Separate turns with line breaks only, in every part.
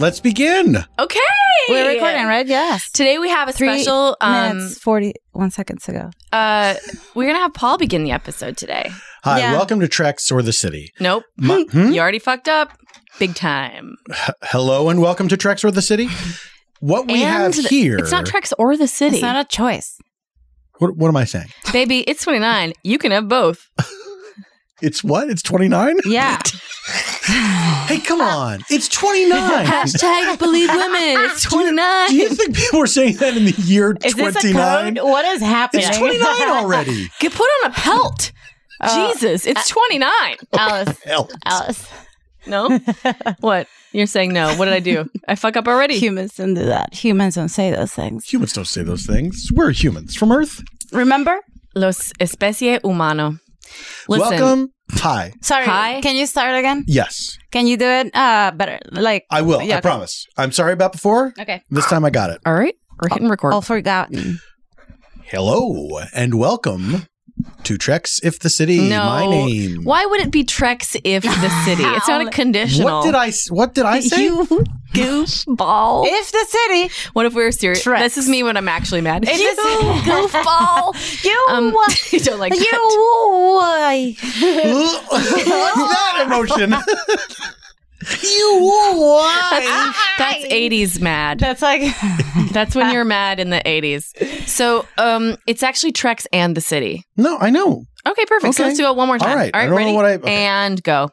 Let's begin.
Okay.
We're recording, right? Yes.
Today we have a
Three
special um
minutes, 41 seconds ago.
uh we're going to have Paul begin the episode today.
Hi,
Yeah.
welcome to Treks or the City.
Nope.
My- hmm?
You already fucked up big time.
Hello and welcome to Treks or the City. What we have
th-
here.
It's not Trex or the city.
It's not a choice.
What, what am I saying?
Baby, it's 29. You can have both.
It's what? It's 29?
Yeah.
Hey, come on. It's 29.
Hashtag believe women. It's 29.
Do you think people are saying that in the year
Is this a
29?
code? What is happening?
It's 29 already.
Get put on a pelt.
Uh,
Jesus, it's 29.
Alice.
Hell.
Alice.
No? what? You're saying no. What did I do? I fuck up already.
Humans don't do that. Humans don't say those things.
Humans don't say those things. We're humans from Earth.
Remember?
Los especie humano. Listen.
Welcome. Hi.
Sorry.
Hi.
Can you start again?
Yes,
Can you do it uh, better? Like,
I will.
Yeah,
I promise. I'm sorry about before.
okay.
This time I got it.
All right. We're hitting record.
All forgotten.
Hello and welcome to Treks If the City.
No.
My name.
Why would it be Trex if the city? It's not a conditional.
What did I? s- What did I say?
You goofball.
If the city,
What if we were serious?
Trex.
This is me when I'm actually mad.
If
you
the city-
goofball.
you, uh,
Um, you don't like that.
you,
What's that emotion? you why?
That's 80s mad.
that's like,
That's when you're mad in the 80s. So um, it's actually Trex and the city.
No, I know.
Okay, perfect. So
Okay.
let's do it one more
All
time.
right. I don't know
ready?
what I- okay.
And go.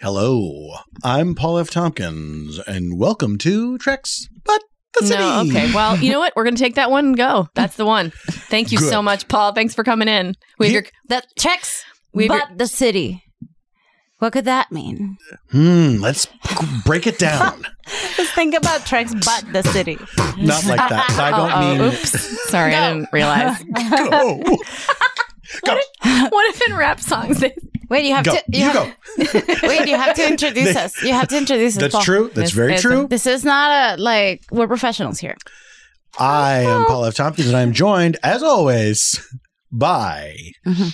Hello, I'm Paul F. Tompkins, and welcome to Treks, but the city.
No, okay. Well, you know what? We're going to take that one and go. That's the one. Thank you
Good.
so much, Paul. Thanks for coming in. We have
You-
your,
that checks,
We have
but the city. What could that mean?
Hmm. Let's break it down.
Just think about tracks, but the city.
Not like that. I don't
oh,
mean.
oops. Sorry, I didn't realize. Oh.
Go.
what if in rap songs they
Wait, you have
Go.
to.
You go.
have, Wait, you have to introduce us. You have to introduce us.
That's
Paul.
true. That's
It's-
very
it's-
true.
This is not a like we're professionals here.
I am Paul F. Tompkins, and I'm joined, as always, by
Mm-hmm.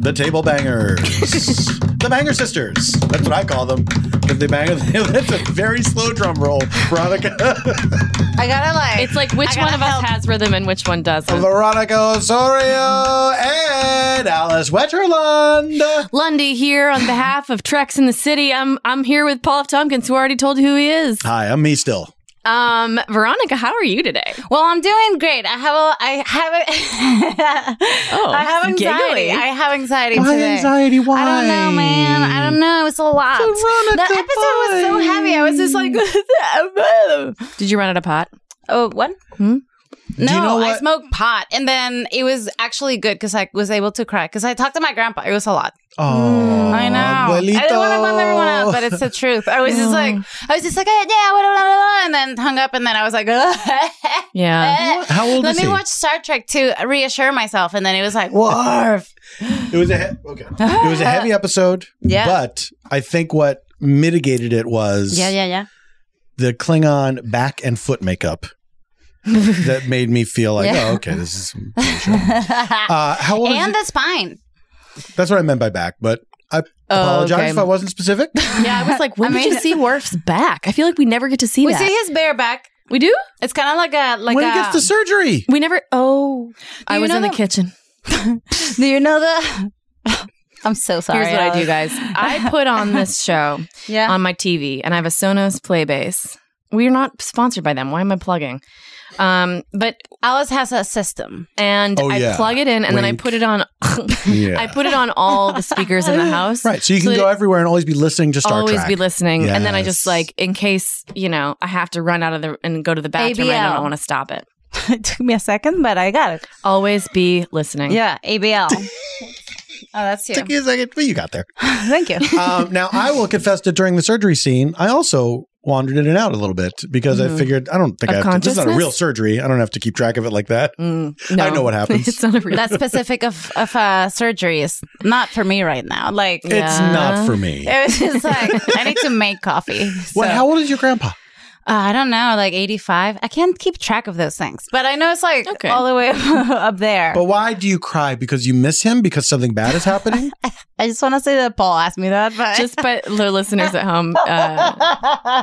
the Table Bangers, the Banger Sisters. That's what I call them. If they bang, that's a very slow drum roll, Veronica.
I gotta like.
It's like which
I
one
gotta
of us
help.
has rhythm and which one doesn't.
Veronica Osorio and Alice Wetterland.
Lundy here on behalf of Trex in the City. I'm I'm here with Paul F. Tompkins, who already told you who he is.
Hi, I'm me still.
Um, Veronica, how are you today?
Well, I'm doing great. I have a. I have a.
Oh,
I have anxiety.
giggly.
I have anxiety
Why
today.
anxiety? Why?
I don't know, man. I don't know. It's a lot. the
Veronica,
episode was so
why?
heavy. I was just like.
Did you run out of pot?
Oh, what?
Hmm?
No,
you know
I
what-
smoked pot, and then it was actually good because I was able to cry because I talked to my grandpa. It was a lot.
Oh,
I know. I didn't want to bum everyone out, but it's the truth. I was just like, I was just like, eh, yeah, blah, blah, blah, blah, and then hung up, and then I was like,
Yeah.
How old
Let
is
me
he?
watch Star Trek to reassure myself, and then it was like, Worf.
It was a he- okay. It was a heavy episode.
Yeah.
But I think what mitigated it was
Yeah, yeah, yeah.
the Klingon back and foot makeup that made me feel like,
Yeah.
oh, okay, this is. Uh, how old? is
and
he-
the spine.
That's what I meant by back, but I apologize
okay.
if I wasn't specific.
Yeah, I was like, when
I
did you
mean-
see Worf's back? I feel like we never get to see
We
that.
see his bare back.
we do?
It's kind of like a like
when
a.
he gets to surgery,
We never. Oh, I
you
was
know
in the
the-
kitchen.
do you know the? I'm so sorry. Um,
Here's what I do,
Alex.
guys. I put on this show
Yeah.
on my TV, and I have a Sonos Playbase. We're not sponsored by them. Why am I plugging? Um, but
Alice has a system.
and
Oh,
I
yeah.
plug it in, and then I
Wink.
put it on.
Yeah.
I put it on all the speakers in the house.
right? So you can
that
go everywhere and always be listening to Star
always
Trek.
be listening. And then I
Yes.
just like, in case you know, I have to run out of the and go to the bathroom. I
ABL.
don't want to stop it.
it took me a second, but I got it.
Always be listening.
Yeah, ABL. oh, that's you.
Took you a second, but you got there.
Thank you.
um, now I will confess that during the surgery scene, I also wandered in and out a little bit because I figured I don't think
Mm-hmm. Of
I have to, this is not a
consciousness?
real surgery. I don't have to keep track of it like that.
Mm, no.
I know what happens.
it's not a real.
that specific of of uh, surgery is not for me right now. Like
It's not for me.
it was just like I need to make coffee. So,
What? How old is your grandpa?
uh, I don't know, like eighty five. I can't keep track of those things, but I know it's like
Okay.
all the way up there.
But why do you cry? Because you miss him? Because something bad is happening?
I just want to say that Paul asked me that, but
just but the listeners at home. Uh,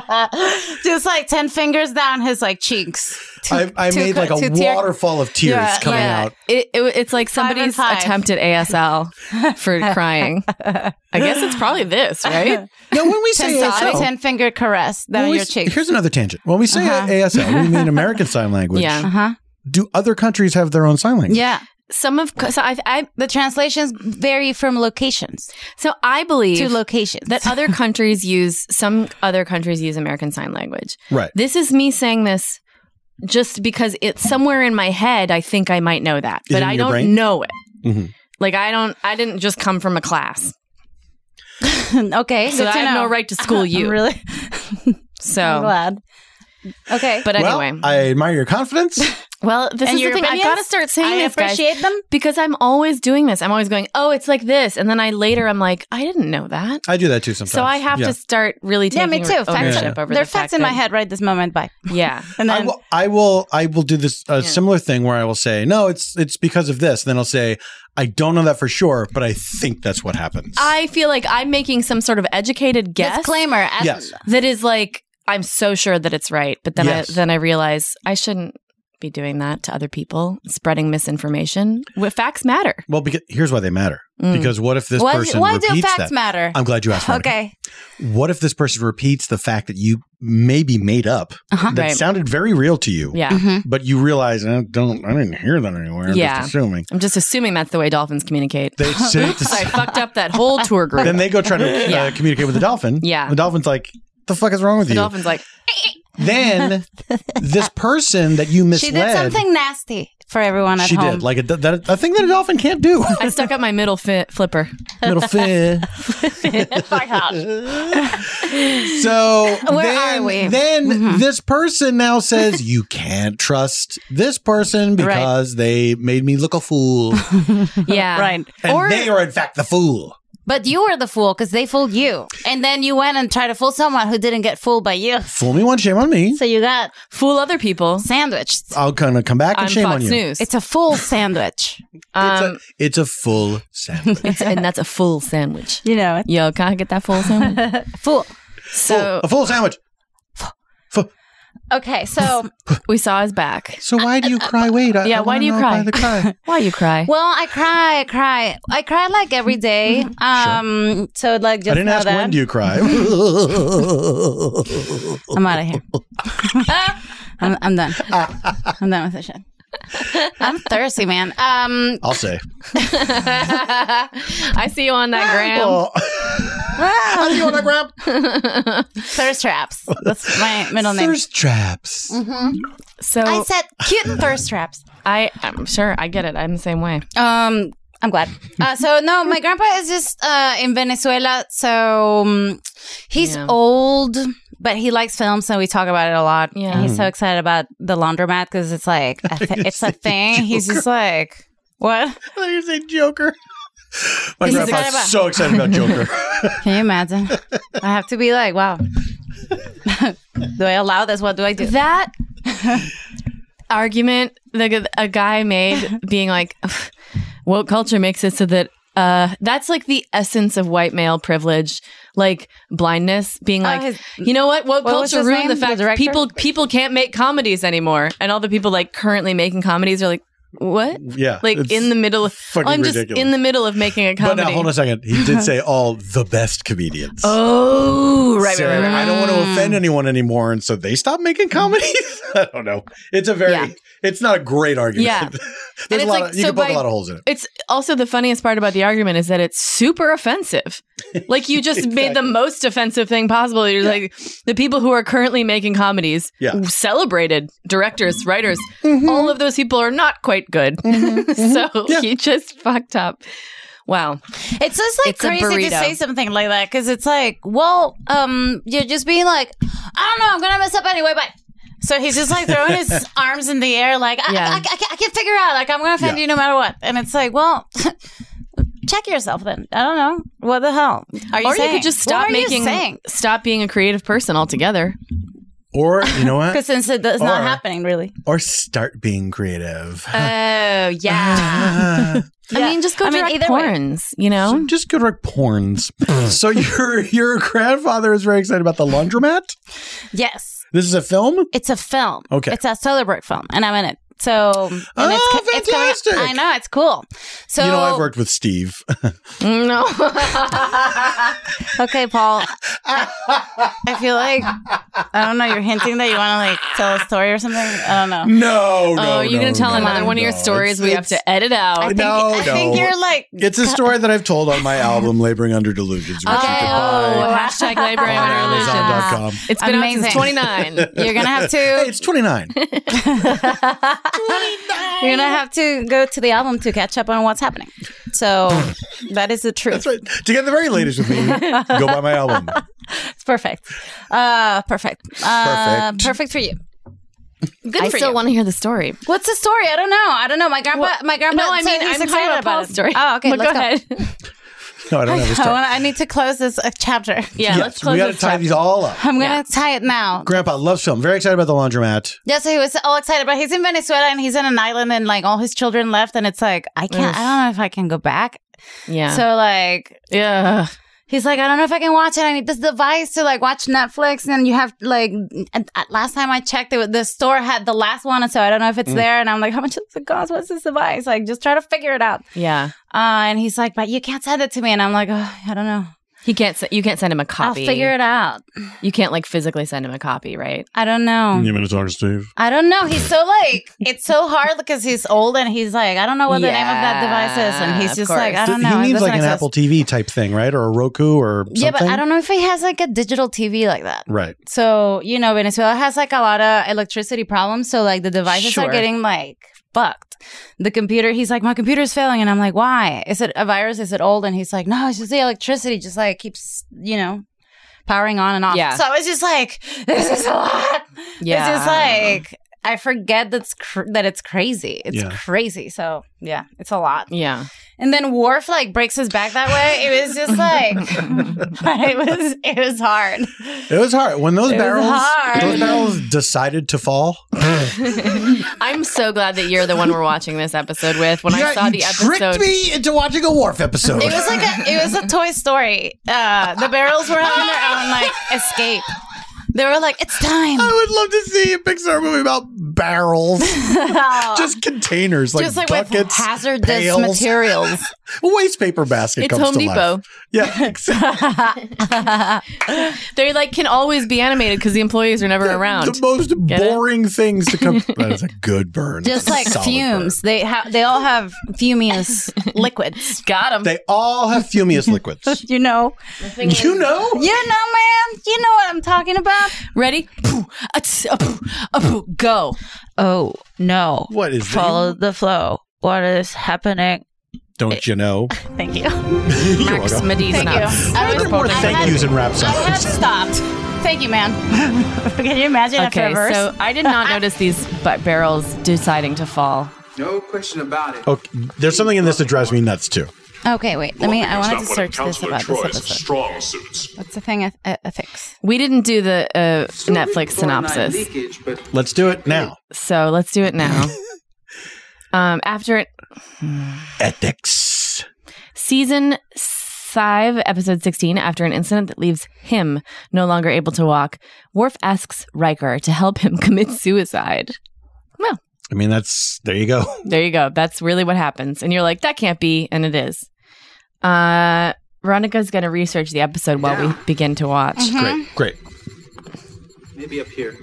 just like ten fingers down his like cheeks. Two-
I, I
two
made
co-
like a
two tear-
waterfall of tears
Yeah,
coming
yeah.
out.
It, it, it's like somebody's
five.
attempt at ASL for crying. I guess it's probably this, right?
Now, when we say
Ten,
ASL,
dots, ten finger caress
when
down
we
your
s-
cheek.
here's another tangent. When we say
Uh-huh.
ASL, we mean American Sign Language.
Yeah. uh-huh.
Uh huh.
Do other countries have their own sign language?
Yeah.
Some of so I, I
The translations vary from locations
so I believe
to locations.
that uh, other countries use some other countries use American Sign Language.
Right.
This is me saying this just because it's somewhere in my head. I think I might know that,
Is it
but
in
I
your
don't
brain?
know it.
Mhm.
Like I don't. I didn't just come from a class,
okay,
so
good to
I have
know.
no right to school
I'm
you.
really
so,
glad. Okay,
but
Well,
anyway,
I admire your confidence.
well, this
And
is the
your
thing. I
opinions?
gotta start saying
I
this, guys.
appreciate them.
because I'm always doing this. I'm always going, oh, it's like this, and then I later I'm like, I didn't know that.
I do that too sometimes.
So I have
Yeah.
to start really
Yeah,
taking
me too. Facts.
ownership over
There are
the
facts
fact
in my
that-
head right this moment. Bye.
Yeah,
And
I
then
will, I will I will do this a similar thing where I will say no it's it's because of this and then I'll say I don't know that for sure but I think that's what happens.
I feel like I'm making some sort of educated guess
disclaimer. as-
Yes.
that is like I'm so sure that it's right, but then
Yes.
I then I realize I shouldn't be doing that to other people, spreading misinformation. Wh- Facts matter.
well because here's why they matter. Because what if this
Mm. Why,
person
why
repeats
do facts
that?
matter?
I'm glad you asked. Monica.
okay.
What if this person repeats the fact that you maybe made up
Uh-huh.
that
Right.
sounded very real to you?
Yeah.
Mm-hmm.
But you realize I don't I didn't hear that anywhere. I'm
Yeah.
just assuming.
I'm just assuming that's the way dolphins communicate.
They say
I fucked up that whole tour group.
then they go try to uh,
Yeah.
communicate with the dolphin.
Yeah.
The dolphin's like, the fuck is wrong with
the
you?
dolphin's like,
Then this person that you
She
misled
did something nasty for everyone at
she
home.
did like a, that, a thing that a dolphin can't do.
I stuck up my middle fi- flipper.
Little fin. so
Where are
then,
we? Mm-hmm.
then this person now says you can't trust this person because they made me look a fool,
Yeah.
Right.
and they are in fact the fool.
But you were the fool because they fooled you. And then you went and tried to fool someone who didn't get fooled by you.
Fool me once, shame on me.
So you got
Fool other people.
sandwiched.
I'll kind of come back and
on
shame
Fox
on you.
News.
It's a full sandwich.
It's,
um,
a, it's a full sandwich.
it's- and that's a full sandwich.
You know it.
Yo, can I get that full sandwich?
Fool.
so
a full sandwich.
Okay, so
we saw his back.
So why do you cry? Wait, I,
Yeah,
I
why
wanna
do you
know
cry?
Why the cry?
Why you cry?
well, I cry, I cry, I cry like every day. Um, so like just
I didn't
know
ask
that.
when do you cry.
I'm out of here. I'm, I'm done. I'm done with this shit. I'm thirsty, man. Um,
I'll say.
I see you on that gram.
Oh. How do you want to grab?
thirst traps. That's my middle name.
Thirst traps.
So
I
I,
said cute and thirst traps.
I, am sure I get it. I'm the same way.
Um, I'm glad. Uh, so no, my grandpa is just uh, in Venezuela, so um, he's
Yeah.
old, but he likes film, so we talk about it a lot.
Yeah. Mm-hmm.
and he's so excited about the laundromat because it's like a th- it's a thing. He's just like. What?
thought you say Joker. My
He's
grandpa's
excited about-
so excited about Joker.
Can you imagine? I have to be like, wow. do I allow this? What do I do?
That argument the g- a guy made being like woke culture makes it so that uh that's like the essence of white male privilege like blindness being like
Oh, his-
you know what woke
what was
culture
his name?
ruined the
The
fact
director?
people people can't make comedies anymore and all the people like currently making comedies are like what
Yeah,
like
it's
in the middle of
fucking
i'm just
ridiculous.
in the middle of making a
but
comedy
now, hold on a second. He did say all the best comedians.
oh right,
So
right, right, right. Mm. Mm-hmm.
I don't want to offend anyone anymore, and so they stopped making comedies. I don't know. It's a very.
Yeah.
It's not a great argument.
Yeah.
There's
it's
a lot.
like,
of, you
so
can poke
by-
a lot of holes in it.
It's also the funniest part about the argument is that it's super offensive. Like you just made the most offensive thing possible. You're like the people who are currently making comedies,
Yeah. Mm-hmm.
celebrated directors, writers, all of those people are not quite good.
Mm-hmm.
so you just fucked up. Wow.
It's just like
It's a
crazy to
burrito.
say something like that because it's like, well, um, you're just being like, I don't know, I'm gonna mess up anyway, but. So he's just like throwing his arms in the air, like I,
Yeah.
I, I, can't- I can't figure out, like I'm gonna offend
Yeah.
you no matter what. And it's like, well, check yourself then. I don't know what the hell are you
or
saying?
you could just
What
stop
are you
making
saying
stop being a creative person altogether.
Or you know what?
because since it's not
Or-
happening, really.
or start being creative. Uh,
Oh, yeah.
Ah.
I mean, just go
I mean,
direct
either way.
porns, you know?
So just go direct porns. so your your grandfather is very excited about the laundromat.
Yes,
This is a film.
it's a film.
Okay.
it's a celebrate film, and I'm in it. So and
Oh,
it's, it's coming.
fantastic.
I know it's cool. So
you know, I've worked with Steve.
No.
Okay, Paul. I feel like I don't know. You're hinting that you want to like tell a story or something. I don't know.
no, no.
oh, you're
no,
gonna tell
no,
another one of your
no.
stories
It's-
we have
it's-
to edit out.
I think,
No,
I think
no.
you're like
It's a story that I've told on my album, Laboring Under Delusions. Which you
Okay,
can
oh,
buy
hashtag labor
on
and religion.
Amazon.com.
It's been out since
Amazing.
29.
you're gonna have to.
Hey, it's 29.
You're gonna have to go to the album to catch up on what's happening. So that is the truth.
That's right. To get the very latest with me, go buy my album.
It's perfect. Uh, perfect. Uh,
Perfect.
Perfect for you. Good
I
for
still
you.
want to hear the story.
What's the story? I don't know. I don't know. My grandpa. my grandpa.
no, I
so
mean,
he's
I'm
excited
excited
about
about
it.
the story.
Oh, okay.
But
let's
go
go.
ahead.
No, I don't have a
I,
story.
wanna- I need to close this uh, chapter.
Yeah,
Yes,
let's close
we got to
this
tie
up.
these all up.
I'm gonna tie it now.
Grandpa loves film. Very excited about the laundromat.
Yeah, so he was all excited, but he's in Venezuela and he's on an island, and like all his children left, and it's like I can't. I don't know if I can go back.
Yeah.
So like
yeah.
he's like I don't know if I can watch it. I need this device to like watch Netflix, and you have like at- at- last time I checked, it, the store had the last one, and so I don't know if it's there. And I'm like, how much does it cost? What's this device? Like just try to figure it out.
Yeah.
Uh, and he's like, but you can't send it to me, and I'm like, oh, I don't know.
He can't. se- You can't send him a
I'll
copy.
figure it out.
You can't like physically send him a copy, right?
I don't know.
Mm.
mean to talk to Steve?
I don't know. He's so like it's so hard because he's old and he's like I don't know what the name of that device is, and
Yeah,
he's
of
just like I don't
course.
know.
he
It
needs
doesn't
like an
exist.
Apple TV type thing, right? Or a Roku or something.
Yeah, but I don't know if he has like a digital TV like that.
Right.
So you know, Venezuela has like a lot of electricity problems, so like the devices
Sure.
are getting like fucked. The computer, he's like, my computer's failing, and I'm like, why? Is it a virus? Is it old? And he's like, no, it's just the electricity, just like keeps you know. Powering on and off.
Yeah.
So I was just like, this is a lot.
Yeah.
It's just like I forget that's cr- that it's crazy. It's
Yeah.
crazy. So yeah, it's a lot.
Yeah.
And then Worf like breaks his back that way. It was just like it was it was hard.
It was hard when those
It was
barrels
hard.
those barrels decided to fall.
I'm so glad that you're the one we're watching this episode with. When I
Yeah,
saw
you
the
tricked
episode,
me into watching a wharf episode.
It was like a it was a Toy Story. Uh, the barrels were having their own like escape. They were like, it's time.
I would love to see a Pixar movie about barrels, just containers like,
just like with
buckets,
hazardous
pails.
materials.
A waste paper basket.
It's
comes
Home
to
Depot.
Life. Yeah, exactly.
they like can always be animated because the employees are never around.
the most
it?
boring things to come. That is a good burn.
Just
That's a
like
solid
fumes.
burn.
They have they all have fumous liquids.
Got him.
They all have fumious liquids.
You know.
you know.
You know, man. You know what I'm talking about.
Ready? uh, Poo, a tss, a poo, a poo, Go.
Oh no.
What is
Follow the flow. What is happening
Don't you know?
Thank you.
Max Medina.
Thank you. I
There are more thank yous and rap
I have
songs.
stopped. Thank you, man. Can you imagine after
Okay,
a verse?
so I did not notice these bu- barrels deciding to fall.
No question about it.
Okay, there's something in this that drives me nuts too.
okay, wait. Let me. I
It's
wanted
not
to
one of
search this
Counselor
about this
Troy's
episode.
strong suits.
What's the thing? Eth- eth- Ethics.
We didn't do the uh, Netflix
Story line
synopsis,
Leakage, but
Let's do it now.
so let's do it now. um, after it,
Ethics.
Season 5, episode 16, after an incident that leaves him no longer able to walk, Worf asks Riker to help him commit suicide.
I mean, that's there you go.
There you go. That's really what happens. And you're like, that can't be. And it is. Uh, Veronica's going to research the episode while we begin to watch.
Great, great.
maybe up here.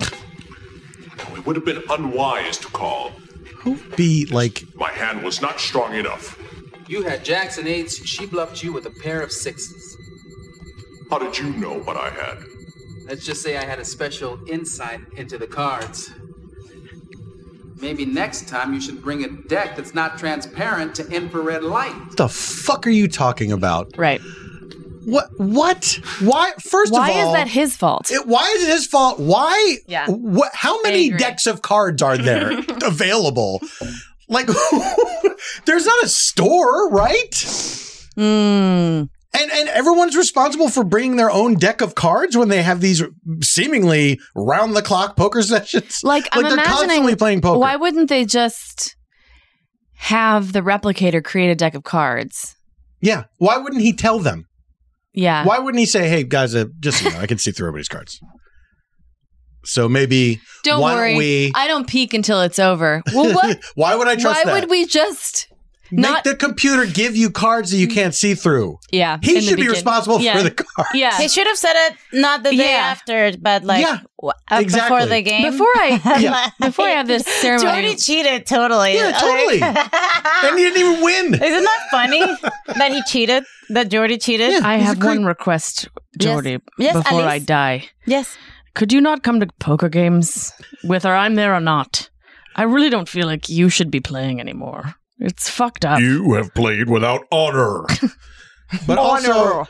It would have been unwise to call.
Be like,
My hand was not strong enough.
You had Jackson eights. She bluffed you with a pair of sixes.
How did you know what I had?
Let's just say I had a special insight into the cards. Maybe next time you should bring a deck that's not transparent to infrared light.
what the fuck are you talking about?
Right.
What? What? Why? First
Why
of all,
is that his fault?
It, why is it his fault? Why?
Yeah.
What? How many
agree.
decks of cards are there available? Like, there's not a store, right?
Hmm.
And and everyone's responsible for bringing their own deck of cards when they have these seemingly round the clock poker sessions.
Like, I'm
they're
imagining
constantly playing poker.
Why wouldn't they just have the replicator create a deck of cards?
yeah. Why wouldn't he tell them?
Yeah.
Why wouldn't he say, "Hey guys, uh, just so you know, I can see through everybody's cards." So maybe
Don't
why
worry.
Don't we,
I don't peek until it's over. Well, what?
why would I trust
Why
that?
would we just
Make
not?
the computer give you cards that you can't see through.
yeah. in
He
the
should be
begin-
responsible
Yeah.
for the card.
Yeah.
He should have said it not the day
Yeah.
after, but like
Yeah,
w- uh,
exactly.
before the game.
Before I
Yeah.
before I have this ceremony,
Jordy cheated totally.
Yeah,
Like-
totally. and he didn't even win.
Isn't that funny that he cheated? That Jordy cheated?
Yeah.
I
He's a
have
creep.
one request, Jordy.
Yes,
before I
Alice?
die,
Yes.
could you not come to poker games with her? I'm there or not? I really don't feel like you should be playing anymore. It's fucked up.
You have played without honor.
But also,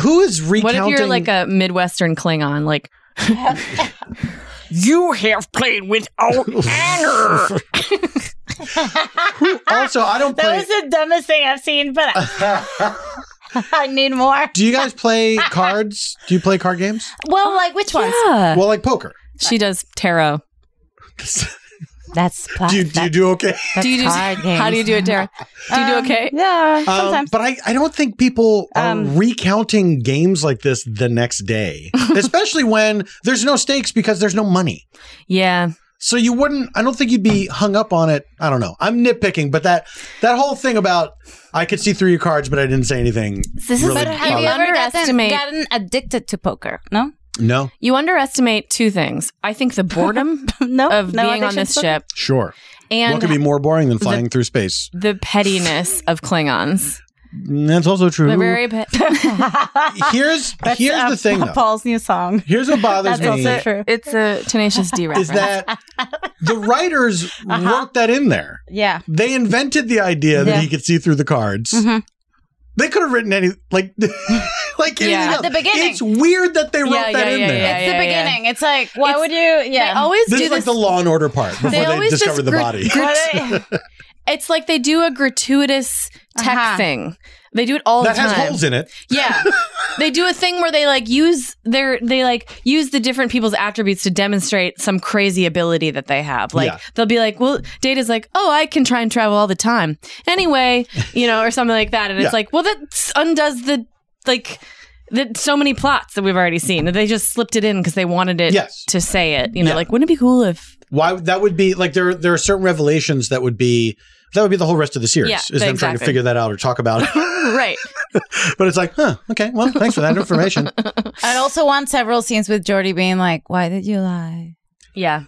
who is
what
recounting?
if you're like a Midwestern Klingon? Like you have played without honor.
also, I don't
That
play.
was the dumbest thing I've seen, but I, I need more.
Do you guys play cards? Do you play card games?
Well, like which ones?
Yeah.
Well, like poker.
She does tarot.
That's
uh,
Do you do, you do okay?
do you do
card games.
how do you do a tarot? Do you do okay?
Yeah,
Um,
sometimes. Um,
but I, I don't think people are recounting games like this the next day, especially when there's no stakes because there's no money.
Yeah.
So you wouldn't I don't think you'd be hung up on it. I don't know. I'm nitpicking, but that that whole thing about I could see through your cards but I didn't say anything.
This is
really
but
Have
bothered-
you ever gotten,
underestimate-
gotten addicted to poker? No,
No.
You underestimate two things. I think the boredom
no,
of
no
being on
addiction
this
to poker?
ship
Sure. what
and
could be more boring than flying through space?
the pettiness of Klingons.
Mm, That's also true.
They're very pet-
here's
That's,
here's
uh,
the thing though.
Paul's new song.
Here's what bothers
That's
me
also true.
It's a tenacious D reference.
is that the writers
Uh-huh.
worked that in there.
Yeah,
They invented the idea that
Yeah.
he could see through the cards.
Mm-hmm.
They could have written any like like anything
At
else.
the beginning.
It's weird that they wrote
Yeah,
that
yeah,
in
yeah,
there.
yeah,
it's the
yeah, yeah.
beginning. It's like, why
It's-
would you? Yeah,
They always
This
do
is like
this.
the Law and Order part before
they
they,
always
discover
just
the
grat-
body.
Why they-
it's like they do a gratuitous tech
Uh-huh.
thing. They do it all
that
the time.
has holes in it.
Yeah. they do a thing where they like use their they like use the different people's attributes to demonstrate some crazy ability that they have. Like
Yeah.
they'll be like, "Well, Data's like, "Oh, I can try and travel all the time." Anyway, you know, or something like that. And
Yeah.
it's like, "Well, that s- undoes the like the, so many plots that we've already seen. that They just slipped it in because they wanted it
Yes.
to say it. You know,
Yeah.
like wouldn't it be cool if
Why that would be like there there are certain revelations that would be that would be the whole rest of the series
Yeah,
is them trying to
exactly.
figure that out or talk about it.
right?
but it's like, huh, okay, well, thanks for that information.
I also want several scenes with Jordy being like, "Why did you lie?
Yeah,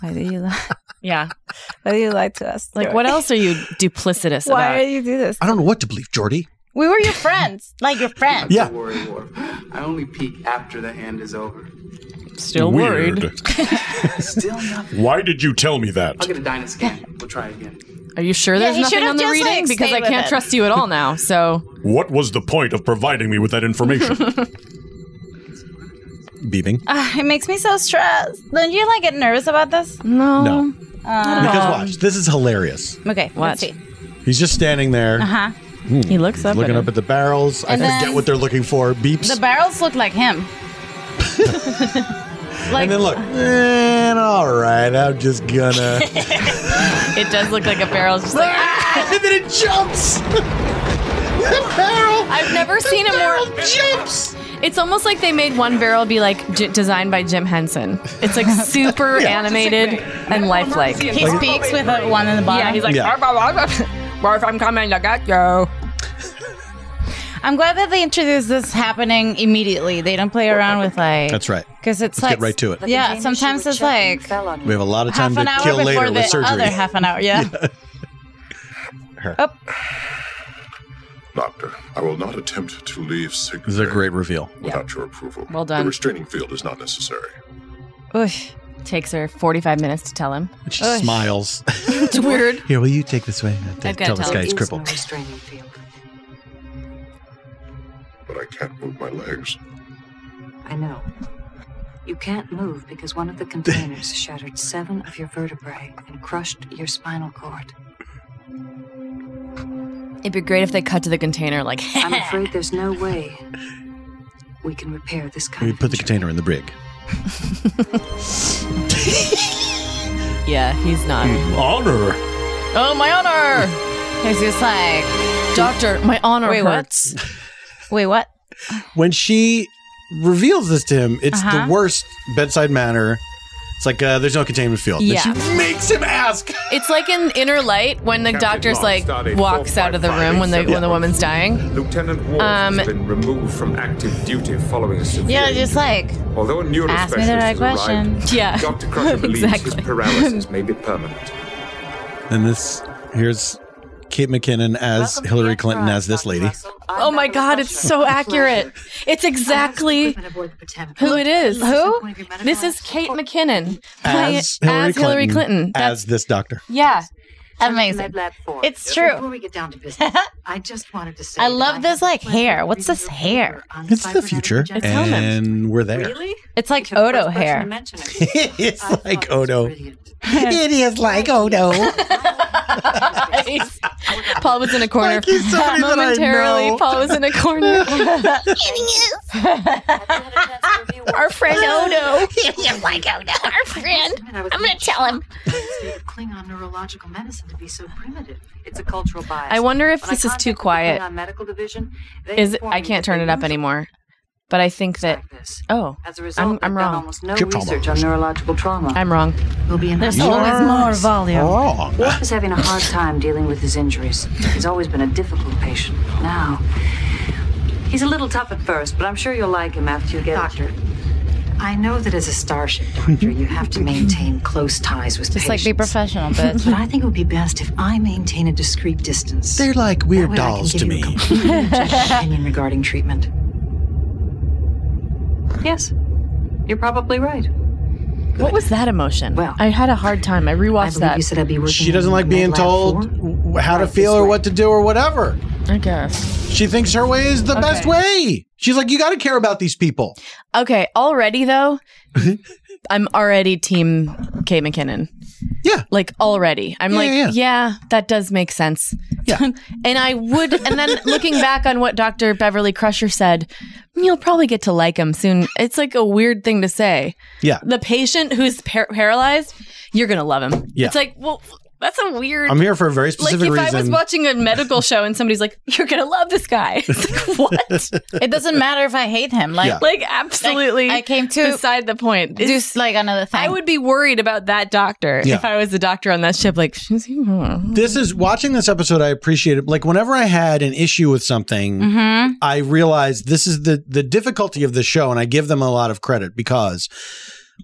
Why did you lie?
yeah.
Why did you lie to us?
Like
Jordy?
what else are you duplicitous
Why
about?
did you do this?
I don't know what to believe, Jordy.
We were your friends, like your friends.
Yeah.
Don't worry, Worf. I only peek after the hand is over.
Still worried.
Weird.
Still nothing.
Why did you tell me that?
I'll get a Dyna scan. We'll try again.
Are you sure
Yeah,
there's
he
nothing
should've
on the
just,
reading?
like,
because
stayed
I
with
can't
it.
trust you at all now. So
What was the point of providing me with that information?
Beeping.
Um,
Ah, it makes me so stressed. Don't you like get nervous about this?
no.
No.
uh,
because watch, this is hilarious.
Okay,
Watch.
let's see.
He's just standing there,
Huh?
He looks up.
looking
at
up at the barrels.
And
I
then-
forget what they're looking for. Beeps.
The barrels look like him. like
and then look, man, all right, I'm just gonna. and
It does look like a barrel. It's just like
ah,
then it jumps. the barrel.
I've never seen a
barrel
more.
jumps.
It's almost like they made one barrel be like j- designed by Jim Henson. It's like super animated and lifelike.
he speaks with a one in the bottom.
Yeah, he's like,
Yeah.
"Arf, arf, arf, arf. Barf, I'm coming, I got you.
I'm glad that they introduced this happening immediately. They don't play around with like.
That's right.
Because it's
Let's
like
get right to it. The
Yeah, sometimes it's like
We have a lot of time
half an
to
hour
kill
before
later
the
with surgery.
other half an hour. Yeah.
Doctor, I will not attempt to leave Signet
This is a great reveal.
without your approval.
Well done.
The restraining field is not necessary.
Oof.
Takes her 45 minutes to tell him.
And She smiles.
It's weird.
Here, will you take this way?
I've gotta
tell this
tell
guy
him.
he's crippled.
But I can't move my legs.
I know. You can't move because one of the containers shattered seven of your vertebrae and crushed your spinal cord.
It'd be great if they cut to the container like,
I'm afraid there's no way we can repair this kind
We
of
put the
injury.
container in the brig.
yeah, he's not.
Honor!
Oh, my honor!
He's just like,
Doctor, my honor
Wait, what?
hurts.
wait, what?
When she reveals this to him, it's
Uh-huh.
the worst bedside manner. It's like uh, there's no containment field. Then she
Yeah.
makes him ask.
It's like in Inner Light when the
Captain
doctor's like
Longstad,
walks out of the room when the when the woman's dying.
Lieutenant Ward
Um,
has been removed from active duty following a severe
Yeah, just like.
injury. Although a neurospecialist
Ask me the right
has
question.
arrived,
Yeah,
Dr. Crusher believes
exactly.
his paralysis may be permanent.
And this here's Kate McKinnon as Hillary Clinton as this lady.
Oh my god, it's so accurate. It's exactly who it is. Who? This is Kate McKinnon play-
As Hillary
as Hillary Clinton. That's-
As this doctor.
yeah.
Amazing. It's true.
Before we get down to business, I just wanted to say
I
that
love this,
have
like,
the pleasure
hair.
of
What's
reading
this
your
hair?
paper on
It's the
cybernetic
future.
rejection.
It's helmet.
And we're there.
Really?
It's like
You're the first
Odo
person
hair.
to mention it.
it's
I thought
like
it was
Odo.
brilliant.
It is like Odo.
Nice. Paul was in a corner.
Like he's somebody that I know.
Momentarily, Paul was in a corner.
Our friend
Odo.
I'm going to tell him. Klingon neurological medicine to be so primitive. It's a cultural bias.
I wonder if
When
this is
contacted
too
the
quiet.
Klingon medical division, they
Is
informed
I
me that
can't turn
they
it up
don't
anymore, but I think that
track this.
oh,
As a result,
I'm,
they've
I'm
done
wrong.
almost no
Keep talking.
research on neurological trauma.
I'm wrong.
We'll be in
There's
hospital.
always more volume.
Wrong.
Wolf is having a hard time dealing with his injuries. He's always been a difficult patient. Now, he's a little tough at first, but I'm sure you'll like him after you get
Doctor, I know that as a starship doctor, you have to maintain close ties with
Just like
patients.
be professional, bitch.
but I think it would be best if I maintain a discreet distance.
They're like
That
weird
way I can
dolls
give
to
you a
me.
completely objective opinion regarding treatment.
Yes, you're probably right.
What was that emotion?
Well,
I had a hard time. I
I
rewatched
believe
that.
you said I'd be working.
She doesn't
in
like being
Med Lab 4.
told w- how to
Right,
feel
this
or
way.
what to do or whatever.
I guess.
She thinks her way is the best way. She's like, you got to care about these people.
Okay, already though, I'm already team Kate McKinnon.
Yeah.
Like already. I'm
Yeah,
like,
yeah,
yeah. that does make sense.
Yeah.
and I would and then looking back on what Dr. Beverly Crusher said, you'll probably get to like him soon. It's like a weird thing to say.
Yeah.
The patient who's par- paralyzed, you're going to love him.
Yeah.
It's like, well, that's a weird
I'm here for a very
like if
specific
I was
reason.
watching a medical show and somebody's like, "You're gonna love this guy," it's like what?
It doesn't matter if I hate him. Like,
Yeah.
like absolutely
I came to-
beside the point
do
It's-
like another thing.
i would be worried about that doctor
Yeah.
if i was the doctor on that ship like she's hmm.
this is watching this episode. I appreciate it. Like whenever I had an issue with something,
Mm-hmm.
I realized this is the the difficulty of the show, and I give them a lot of credit because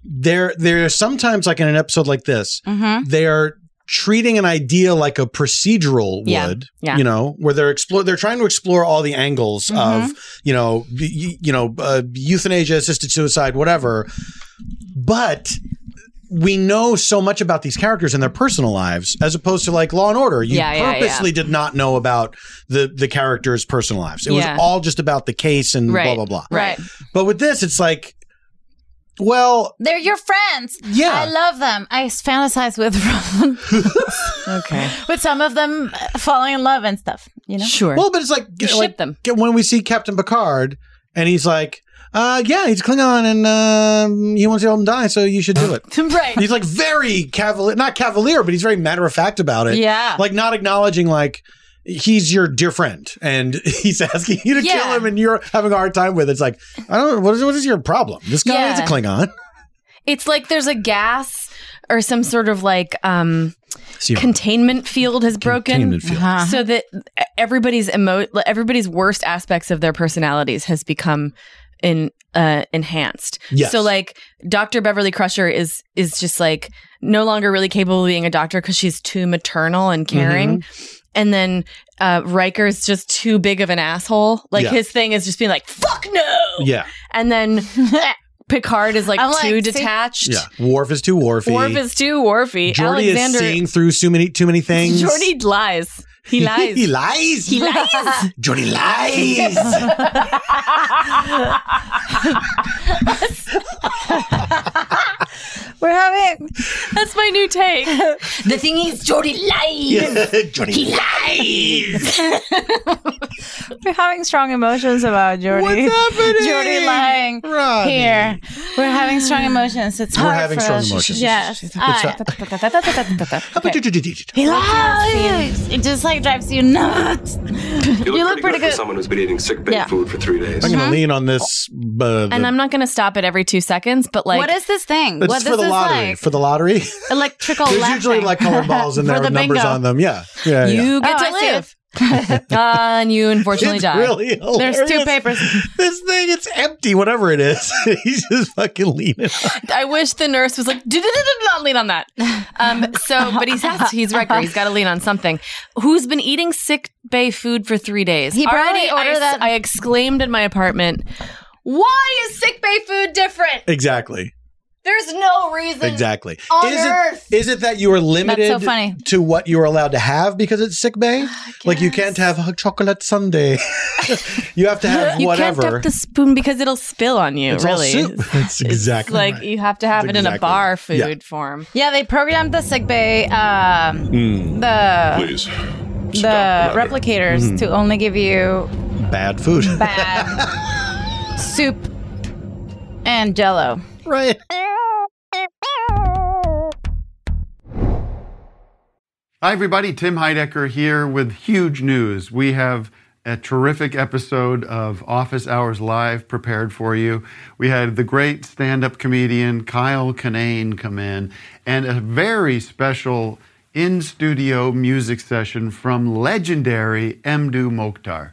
they're they're sometimes like in an episode like this,
Mm-hmm.
they are treating an idea like a procedural
Yeah.
would
Yeah.
you know where they're explore they're trying to explore all the angles
Mm-hmm.
of you know y- y- you know uh, euthanasia assisted suicide whatever but we know so much about these characters and their personal lives as opposed to like Law and Order. You
Yeah, yeah, yeah.
purposely did not know about the the characters' personal lives. It
Yeah.
was all just about the case and
Right,
blah blah blah.
right.
But with this, it's like, well,
They're your friends.
Yeah.
I love them. I fantasize with
okay.
with some of them uh, falling in love and stuff. You know,
Well, but it's like
You
like,
ship them.
when we see Captain Picard and he's like, uh, yeah, he's Klingon and um, he wants to help him die, so you should do it.
right.
He's like very cavalier, not cavalier, but he's very matter of fact about it.
Yeah.
Like not acknowledging like he's your dear friend and he's asking you to kill
Yeah.
him and you're having a hard time with it. It's like, I don't what is, what is your problem? This guy is a
Yeah.
Klingon.
It's like there's a gas or some sort of like um
See-
containment field has broken
Containment field. Uh-huh.
so that everybody's emo everybody's worst aspects of their personalities has become in uh enhanced.
Yes.
So like Dr. Beverly Crusher is is just like no longer really capable of being a doctor cuz she's too maternal and caring.
Mm-hmm.
And then uh Riker's just too big of an asshole. Like
Yeah.
his thing is just being like fuck no.
Yeah.
And then Picard is like
I'm like,
too
see-
detached.
Yeah. Worf is too Worfy.
Worf is too Worfy.
Jordy is
Alexander
seeing through too many too many things.
Jordy lies. He lies.
He lies?
He lies.
Jordy lies.
We're having.
That's my new take.
the thing is, Jordy lies.
Jordy
He lies. We're having strong emotions about Jordy.
What's happening?
Jordy lying
Robbie.
here. We're having strong emotions. It's
We're
hard
having
for
strong
us.
emotions.
Yes.
It's
I- He lies. It just like drives you nuts. You look pretty good.
someone who's been eating sick
Yeah.
food for three days.
I'm gonna lean on this uh,
Mm-hmm. And I'm not going to stop at every two seconds, but like.
What is this thing?
It's
What
for
this
the
is
lottery.
like?
For the lottery,
Electrical
there's
laughing.
usually like colored balls and
For
there are
the
numbers
bingo.
on them. Yeah, yeah, yeah.
You get
Oh,
to
I see.
live. and you unfortunately
It's
die.
really
There's two
hilarious.
papers.
this thing, it's empty. Whatever it is, he's just fucking leaning. on.
I wish the nurse was like, "Do, do, do, do, not lean on that. Um, so, but he's has to, he's Riker. He's got to lean on something. Who's been eating sick bay food for three days?
He probably
Already I
ordered
s-
that-
I exclaimed in my apartment, "Why is sick bay food different?
Exactly.
There's no reason.
Exactly.
On
is
Earth.
it is it that you are limited
so funny.
to what you are allowed to have because it's sick bay? Like you can't have a chocolate sundae. you have to have
you
whatever.
can't duck the spoon because it'll spill on you.
it's all
really,
soup. It's exactly
like you have to have
That's
it in a
exactly
bar
right.
food
Yeah.
form.
Yeah, they programmed the sickbay, um,
Mm,
Mm.
the
Please.
the replicators
Mm-hmm.
Mhm.
to only give you
bad food.
bad soup and jello.
Right.
Hi, everybody. Tim Heidecker here with huge news. We have a terrific episode of Office Hours Live prepared for you. We had the great stand up comedian Kyle Kinane come in and a very special in studio music session from legendary Mdu Mokhtar.